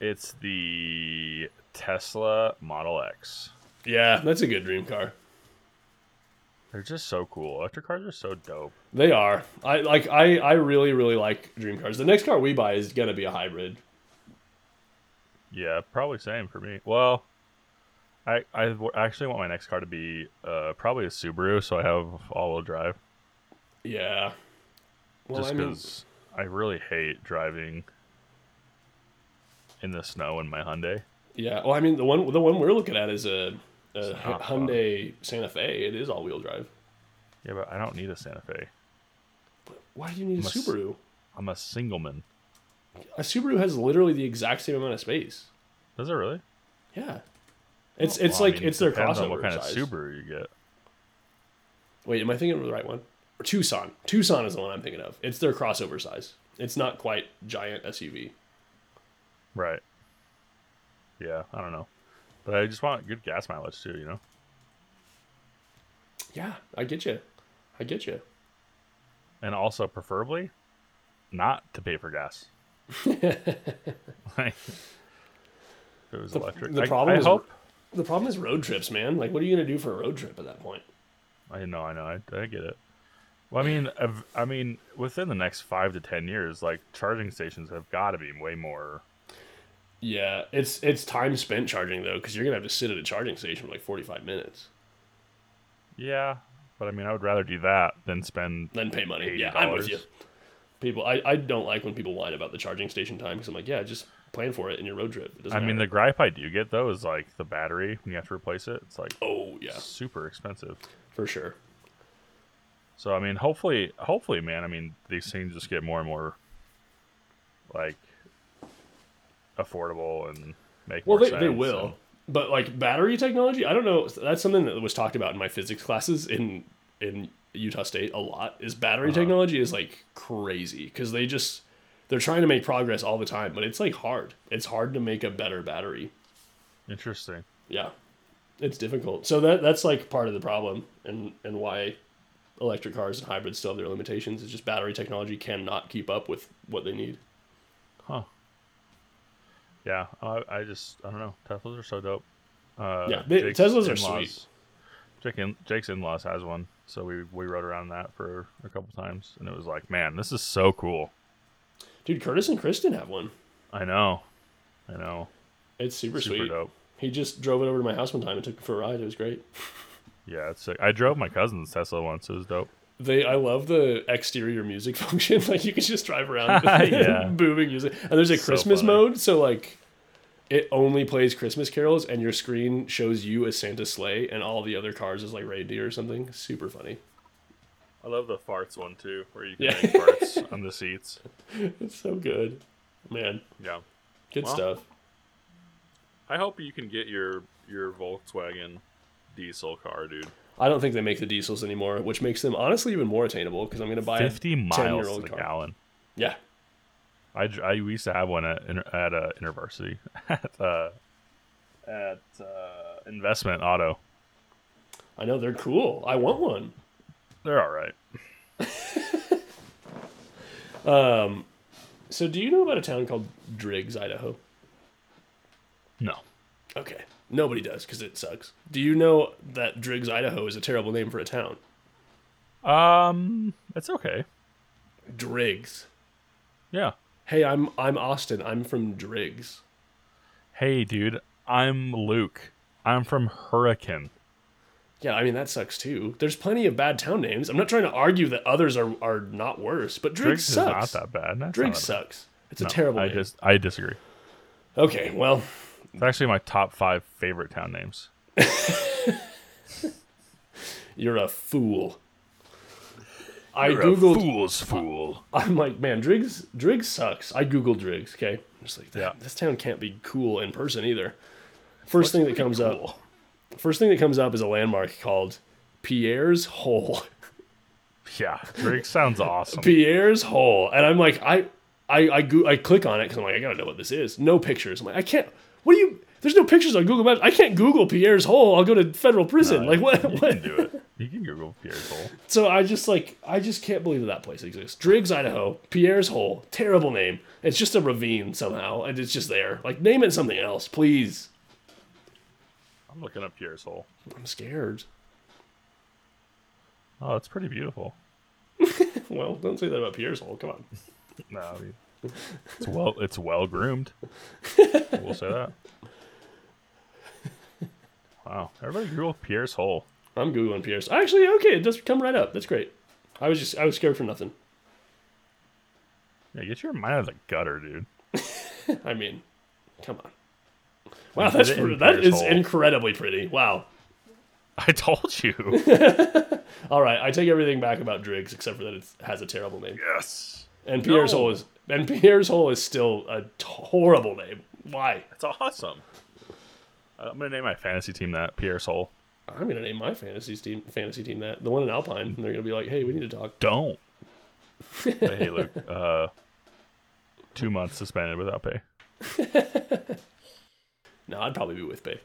S1: it's the Tesla Model X.
S2: Yeah, that's a good dream car.
S1: They're just so cool. Electric cars are so dope.
S2: They are. I like. I I really really like dream cars. The next car we buy is gonna be a hybrid.
S1: Yeah, probably same for me. Well, I I w- actually want my next car to be uh, probably a Subaru, so I have all-wheel drive.
S2: Yeah. Well,
S1: just
S2: I mean,
S1: because I really hate driving in the snow in my Hyundai.
S2: yeah. Well, I mean the one the one we're looking at is a, a
S1: not fun.
S2: Hyundai Santa Fe. It is all wheel drive.
S1: Yeah, but I don't need a Santa Fe.
S2: Why do you need a
S1: Must-
S2: Subaru?
S1: I'm a single man.
S2: A Subaru has literally the exact same amount of space.
S1: Does it really?
S2: Yeah. It's
S1: Well,
S2: it's
S1: I
S2: like
S1: mean,
S2: it's their
S1: depends
S2: crossover
S1: on what kind
S2: size.
S1: of Subaru you get.
S2: Wait, am I thinking of the right one? Or Tucson. Tucson is the one I'm thinking of. It's their crossover size. It's not quite giant SUV.
S1: Right. Yeah, I don't know, but I just want good gas mileage too. You know.
S2: Yeah, I get you. I get you.
S1: and also preferably not to pay for gas. Like, if it was electric.
S2: the
S1: I-
S2: problem
S1: I
S2: is-
S1: hope.
S2: The problem is road trips, man. Like, what are you gonna do for a road trip at that point?
S1: I know, I know, I, I get it. Well, I mean, I've, I mean, within the next five to ten years, like charging stations have got to be way more.
S2: Yeah, it's it's time spent charging though, because you're gonna have to sit at a charging station for like 45 minutes,
S1: Yeah, but I mean, I would rather do that than spend.
S2: then pay money. Yeah, I'm with
S1: $80.
S2: you. People, I, I don't like when people whine about the charging station time because I'm like, yeah, just plan for it in your road trip. It doesn't
S1: I mean, the
S2: matter.
S1: gripe I do get though is like the battery when you have to replace it. It's like
S2: oh yeah,
S1: super expensive.
S2: for sure.
S1: So I mean, hopefully, hopefully, man. I mean, these things just get more and more like affordable and make
S2: Well,
S1: more
S2: they,
S1: sense.
S2: they will.
S1: and-
S2: But like battery technology, I don't know. That's something that was talked about in my physics classes in
S1: Uh-huh.
S2: in Utah State a lot. Is battery technology is like crazy because they just they're trying to make progress all the time, but it's like hard. It's hard to make a better battery.
S1: Interesting.
S2: Yeah. It's difficult. So that that's like part of the problem and and why electric cars and hybrids still have their limitations is just battery technology cannot keep up with what they need.
S1: Huh. Yeah, I, I just I don't know. Teslas are so dope. Uh,
S2: Yeah, they-
S1: Jake's
S2: Teslas are
S1: in-laws- Jake in, Jake's in-laws has one, so we we rode around that for a couple times, and it was like, man, this is so cool.
S2: Dude, Curtis and Kristen have one.
S1: I know, I know,
S2: It's super,
S1: super
S2: sweet.
S1: dope.
S2: He just drove it over to my house one time and took it for a ride. It was great.
S1: Yeah, it's sick. I drove my cousin's Tesla once. It was dope.
S2: They, I love the exterior music function. Like you can just drive around,
S1: Yeah.
S2: booming music. And there's a
S1: So
S2: Christmas
S1: funny.
S2: mode, so like, it only plays Christmas carols, and your screen shows you as Santa sleigh, and all the other cars is like reindeer or something. Super funny.
S1: I love the farts one too, where you can
S2: Yeah.
S1: make farts on the seats.
S2: It's so good, man.
S1: Yeah,
S2: Good
S1: Wow.
S2: stuff.
S1: I hope you can get your your Volkswagen diesel car, dude.
S2: I don't think they make the diesels anymore, which makes them honestly even more attainable. Because I'm gonna buy a
S1: Fifty miles to
S2: 10-year-old
S1: the
S2: car.
S1: gallon.
S2: Yeah,
S1: I, dr- I used to have one at inter- at uh, InterVarsity at uh, at uh, Investment Auto.
S2: I know they're cool. I want one.
S1: They're all right.
S2: So, do you know about a town called Driggs, Idaho?
S1: No,
S2: Okay. Nobody does because it sucks. Do you know that Driggs, Idaho is a terrible name for a town?
S1: um, it's okay.
S2: Driggs.
S1: Yeah.
S2: Hey, I'm I'm Austin. I'm from Driggs.
S1: Hey, dude, I'm Luke. I'm from Hurricane.
S2: Yeah, I mean that sucks too. There's plenty of bad town names. I'm not trying to argue that others are, are not worse, but Driggs,
S1: Drinks is not
S2: sucks.
S1: that bad. That's
S2: Driggs
S1: not
S2: sucks. It's a
S1: that-
S2: terrible
S1: I
S2: name.
S1: just I disagree.
S2: Okay, well,
S1: It's actually my top five favorite town names.
S2: you're a fool. I
S1: You're a
S2: googled
S1: fool's fool.
S2: I'm like, man, Driggs Driggs sucks. I googled Driggs, okay? I'm just like,
S1: Yeah.
S2: that, this town can't be cool in person either. First thing that comes up, first thing that comes up is a landmark called Pierre's Hole.
S1: Yeah, Drinks sounds awesome.
S2: Pierre's Hole, and I'm like, I, I, I, go- I click on it because I'm like, I gotta know what this is. No pictures. I'm like, I can't. What do you? There's no pictures on Google Maps. I can't Google Pierre's Hole. I'll go to federal prison. like what?
S1: You
S2: what?
S1: can do it. You can Google Pierre's hole.
S2: So I just like I just can't believe that, that place exists. Driggs, Idaho, Pierre's Hole, terrible name. It's just a ravine somehow, and it's just there. Like name it something else, please.
S1: I'm looking up Pierre's hole.
S2: I'm scared.
S1: Oh, it's pretty beautiful.
S2: Well, don't say that about Pierre's Hole. Come on.
S1: No, I mean, it's well it's well groomed. we'll say that. Wow, everybody grew up Pierre's hole.
S2: I'm googling Pierre's. Actually, okay, it does come right up. That's great. I was just I was scared for nothing.
S1: Yeah, get your mind out of the gutter, dude.
S2: I mean, come on. Wow,
S1: did
S2: that's
S1: it in
S2: pr- that
S1: Pierre's
S2: is
S1: Hole.
S2: incredibly pretty. Wow.
S1: I told you.
S2: All right, I take everything back about Driggs except for that it has a terrible name.
S1: yes,
S2: And Pierre's
S1: No.
S2: Hole is and Pierre's Hole is still a t- horrible name. Why?
S1: that's awesome. Uh, I'm gonna name my fantasy team that Pierre's hole.
S2: I'm gonna name my fantasy team fantasy team that the one in Alpine. And they're gonna be like, "Hey, we need to talk."
S1: Don't. But hey, Luke. Uh, two months suspended without pay.
S2: No, I'd probably be with Bay.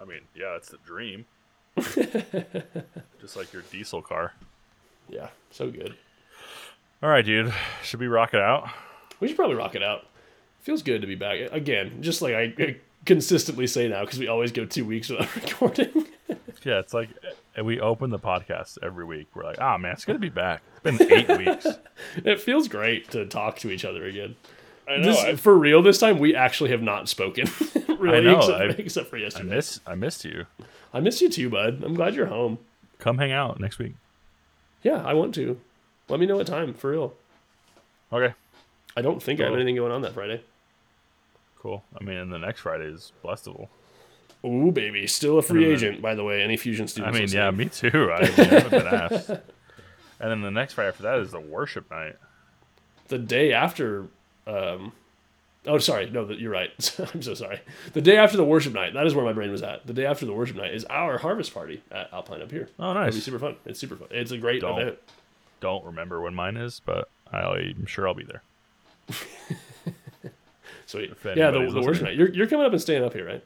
S1: I mean, yeah, it's the dream. Just like your diesel car.
S2: Yeah, so good.
S1: All right, dude. Should we rock it out?
S2: We should probably rock it out. Feels good to be back again. Just like I, I consistently say now, because we always go two weeks without recording.
S1: Yeah, it's like uh, we open the podcast every week. We're like, ah, man, it's gonna be back. It's been eight weeks.
S2: it feels great to talk to each other again.
S1: I
S2: This,
S1: I,
S2: for real, this time we actually have not spoken, really,
S1: I know,
S2: except,
S1: I-
S2: except for
S1: I
S2: yesterday.
S1: miss, I missed you.
S2: I miss you too, bud. I'm glad you're home.
S1: Come hang out next week.
S2: Yeah, I want to. Let me know what time, for real.
S1: Okay,
S2: I don't think I have
S1: Cool.
S2: anything going on that Friday.
S1: cool. I mean, the next Friday is Blestival.
S2: Ooh, baby. Still a free
S1: then-
S2: agent, by the way. Any Fusion
S1: I
S2: students?
S1: mean, yeah,
S2: listening.
S1: me too. I, I haven't been asked. And then the next Friday after that is the worship night.
S2: The day after. Um, oh, sorry. No, that you're right. I'm so sorry. The day after the worship night. That is where my brain was at. The day after the worship night is our harvest party at Alpine up here.
S1: Oh,
S2: It'll be
S1: nice.
S2: super fun. It's super fun. It's a great
S1: Don't.
S2: event.
S1: Don't remember when mine is, but I'll, I'm sure I'll be there.
S2: Sweet.
S1: If
S2: Yeah, the,
S1: anybody's
S2: the worst
S1: listening.
S2: night. You're, you're coming up and staying up here, right?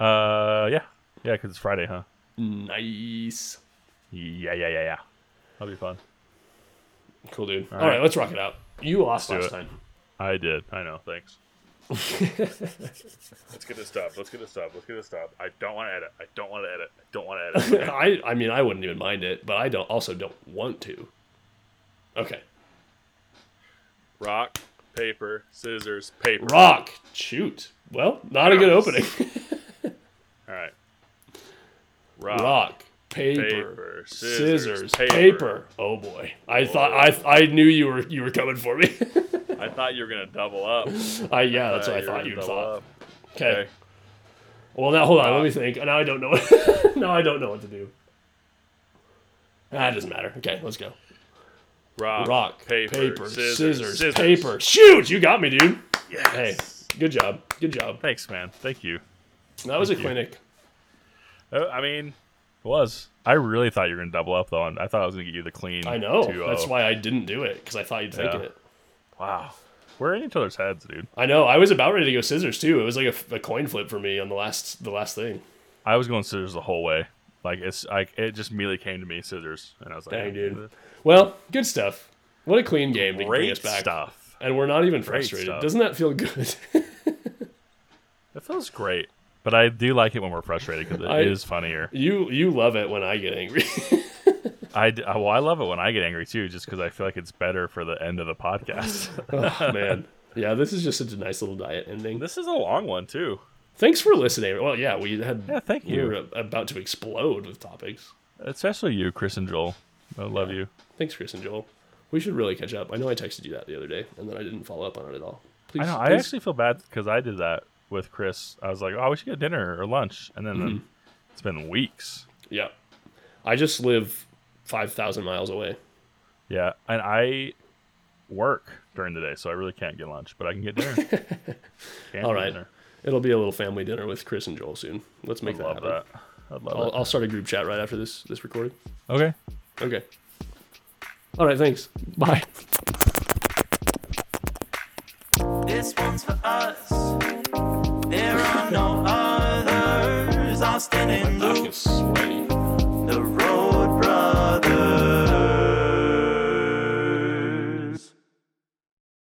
S1: Uh, yeah, yeah, because it's Friday, huh?
S2: Nice.
S1: Yeah, yeah, yeah, yeah. That'll be fun.
S2: Cool, dude. All
S1: right.
S2: right, let's rock it out. You lost
S1: do
S2: last
S1: it.
S2: time.
S1: I did. I know. Thanks. Let's get this stop. Let's get this stop. Let's get this stop. I don't want to edit. I don't want to edit. I don't want to edit.
S2: I I mean I wouldn't even mind it, but I don't also don't want to. Okay.
S1: Rock, paper, scissors, paper.
S2: Rock. Shoot. Well, not a good opening.
S1: All right. Rock,
S2: Rock. Paper.
S1: paper, scissors,
S2: Scissors.
S1: paper.
S2: Paper. Oh boy. I thought I I knew you were you were coming for me.
S1: I thought you were gonna double up.
S2: I yeah, that's what I
S1: you
S2: thought
S1: were
S2: you
S1: gonna double
S2: thought.
S1: up.
S2: Okay.
S1: Okay. Uh,
S2: Well now hold on, let me think. Now I don't know what now I don't know what to do. Ah, it doesn't matter. Okay, let's go.
S1: Rock,
S2: Rock,
S1: paper, scissors,
S2: scissors,
S1: scissors.
S2: paper. Shoot, you got me, dude.
S1: Yes.
S2: Hey, good job. Good job.
S1: Thanks, man. Thank you.
S2: That was a clinic.
S1: Uh, I mean, it was. I really thought you were gonna double up though. and I thought I was gonna get you the clean.
S2: I know.
S1: 2-0.
S2: That's why I didn't do it because I thought you'd think
S1: uh, Yeah.
S2: it.
S1: Wow. We're in each other's heads, dude.
S2: I know. I was about ready to go scissors too. It was like a, a coin flip for me on the last the last thing.
S1: I was going scissors the whole way. Like it's like it just immediately came to me scissors, and I was like,
S2: Dang, dude. Well, good stuff. What a clean game to bring
S1: Great
S2: us back.
S1: stuff.
S2: And we're not even frustrated.
S1: stuff.
S2: Doesn't that feel good?
S1: It feels great, but I do like it when we're frustrated because it is
S2: I-
S1: funnier.
S2: you you love it when I get angry.
S1: I d- well, I love it when I get angry too, just because I feel like it's better for the end of the podcast.
S2: oh, man. Yeah, this is just such a nice little diet ending.
S1: this is a long one too.
S2: Thanks for listening. Well, yeah, we had
S1: Yeah, thank
S2: we
S1: you,
S2: were about to explode with topics.
S1: especially you, Chris and Joel. I love you.
S2: Thanks, Chris and Joel. We should really catch up. I know I texted you that the other day, and then I didn't follow up on it at all. Please,
S1: I know. I
S2: please-
S1: actually feel bad because I did that with Chris. I was like, oh, we should get dinner or lunch, and then then it's been weeks.
S2: yeah. I just live five thousand miles away.
S1: Yeah, and I work during the day, so I really can't get lunch, but I can get dinner. Can
S2: All
S1: get
S2: right.
S1: dinner.
S2: It'll be a little family dinner with Chris and Joel soon. Let's make that
S1: love
S2: happen.
S1: that. I love
S2: I'll, I'll start a group chat right after this this recording.
S1: it. Okay.
S2: Okay. All right. Thanks. Bye.
S3: This one's for us. There are no others. I'll stand in loop.
S2: sweaty.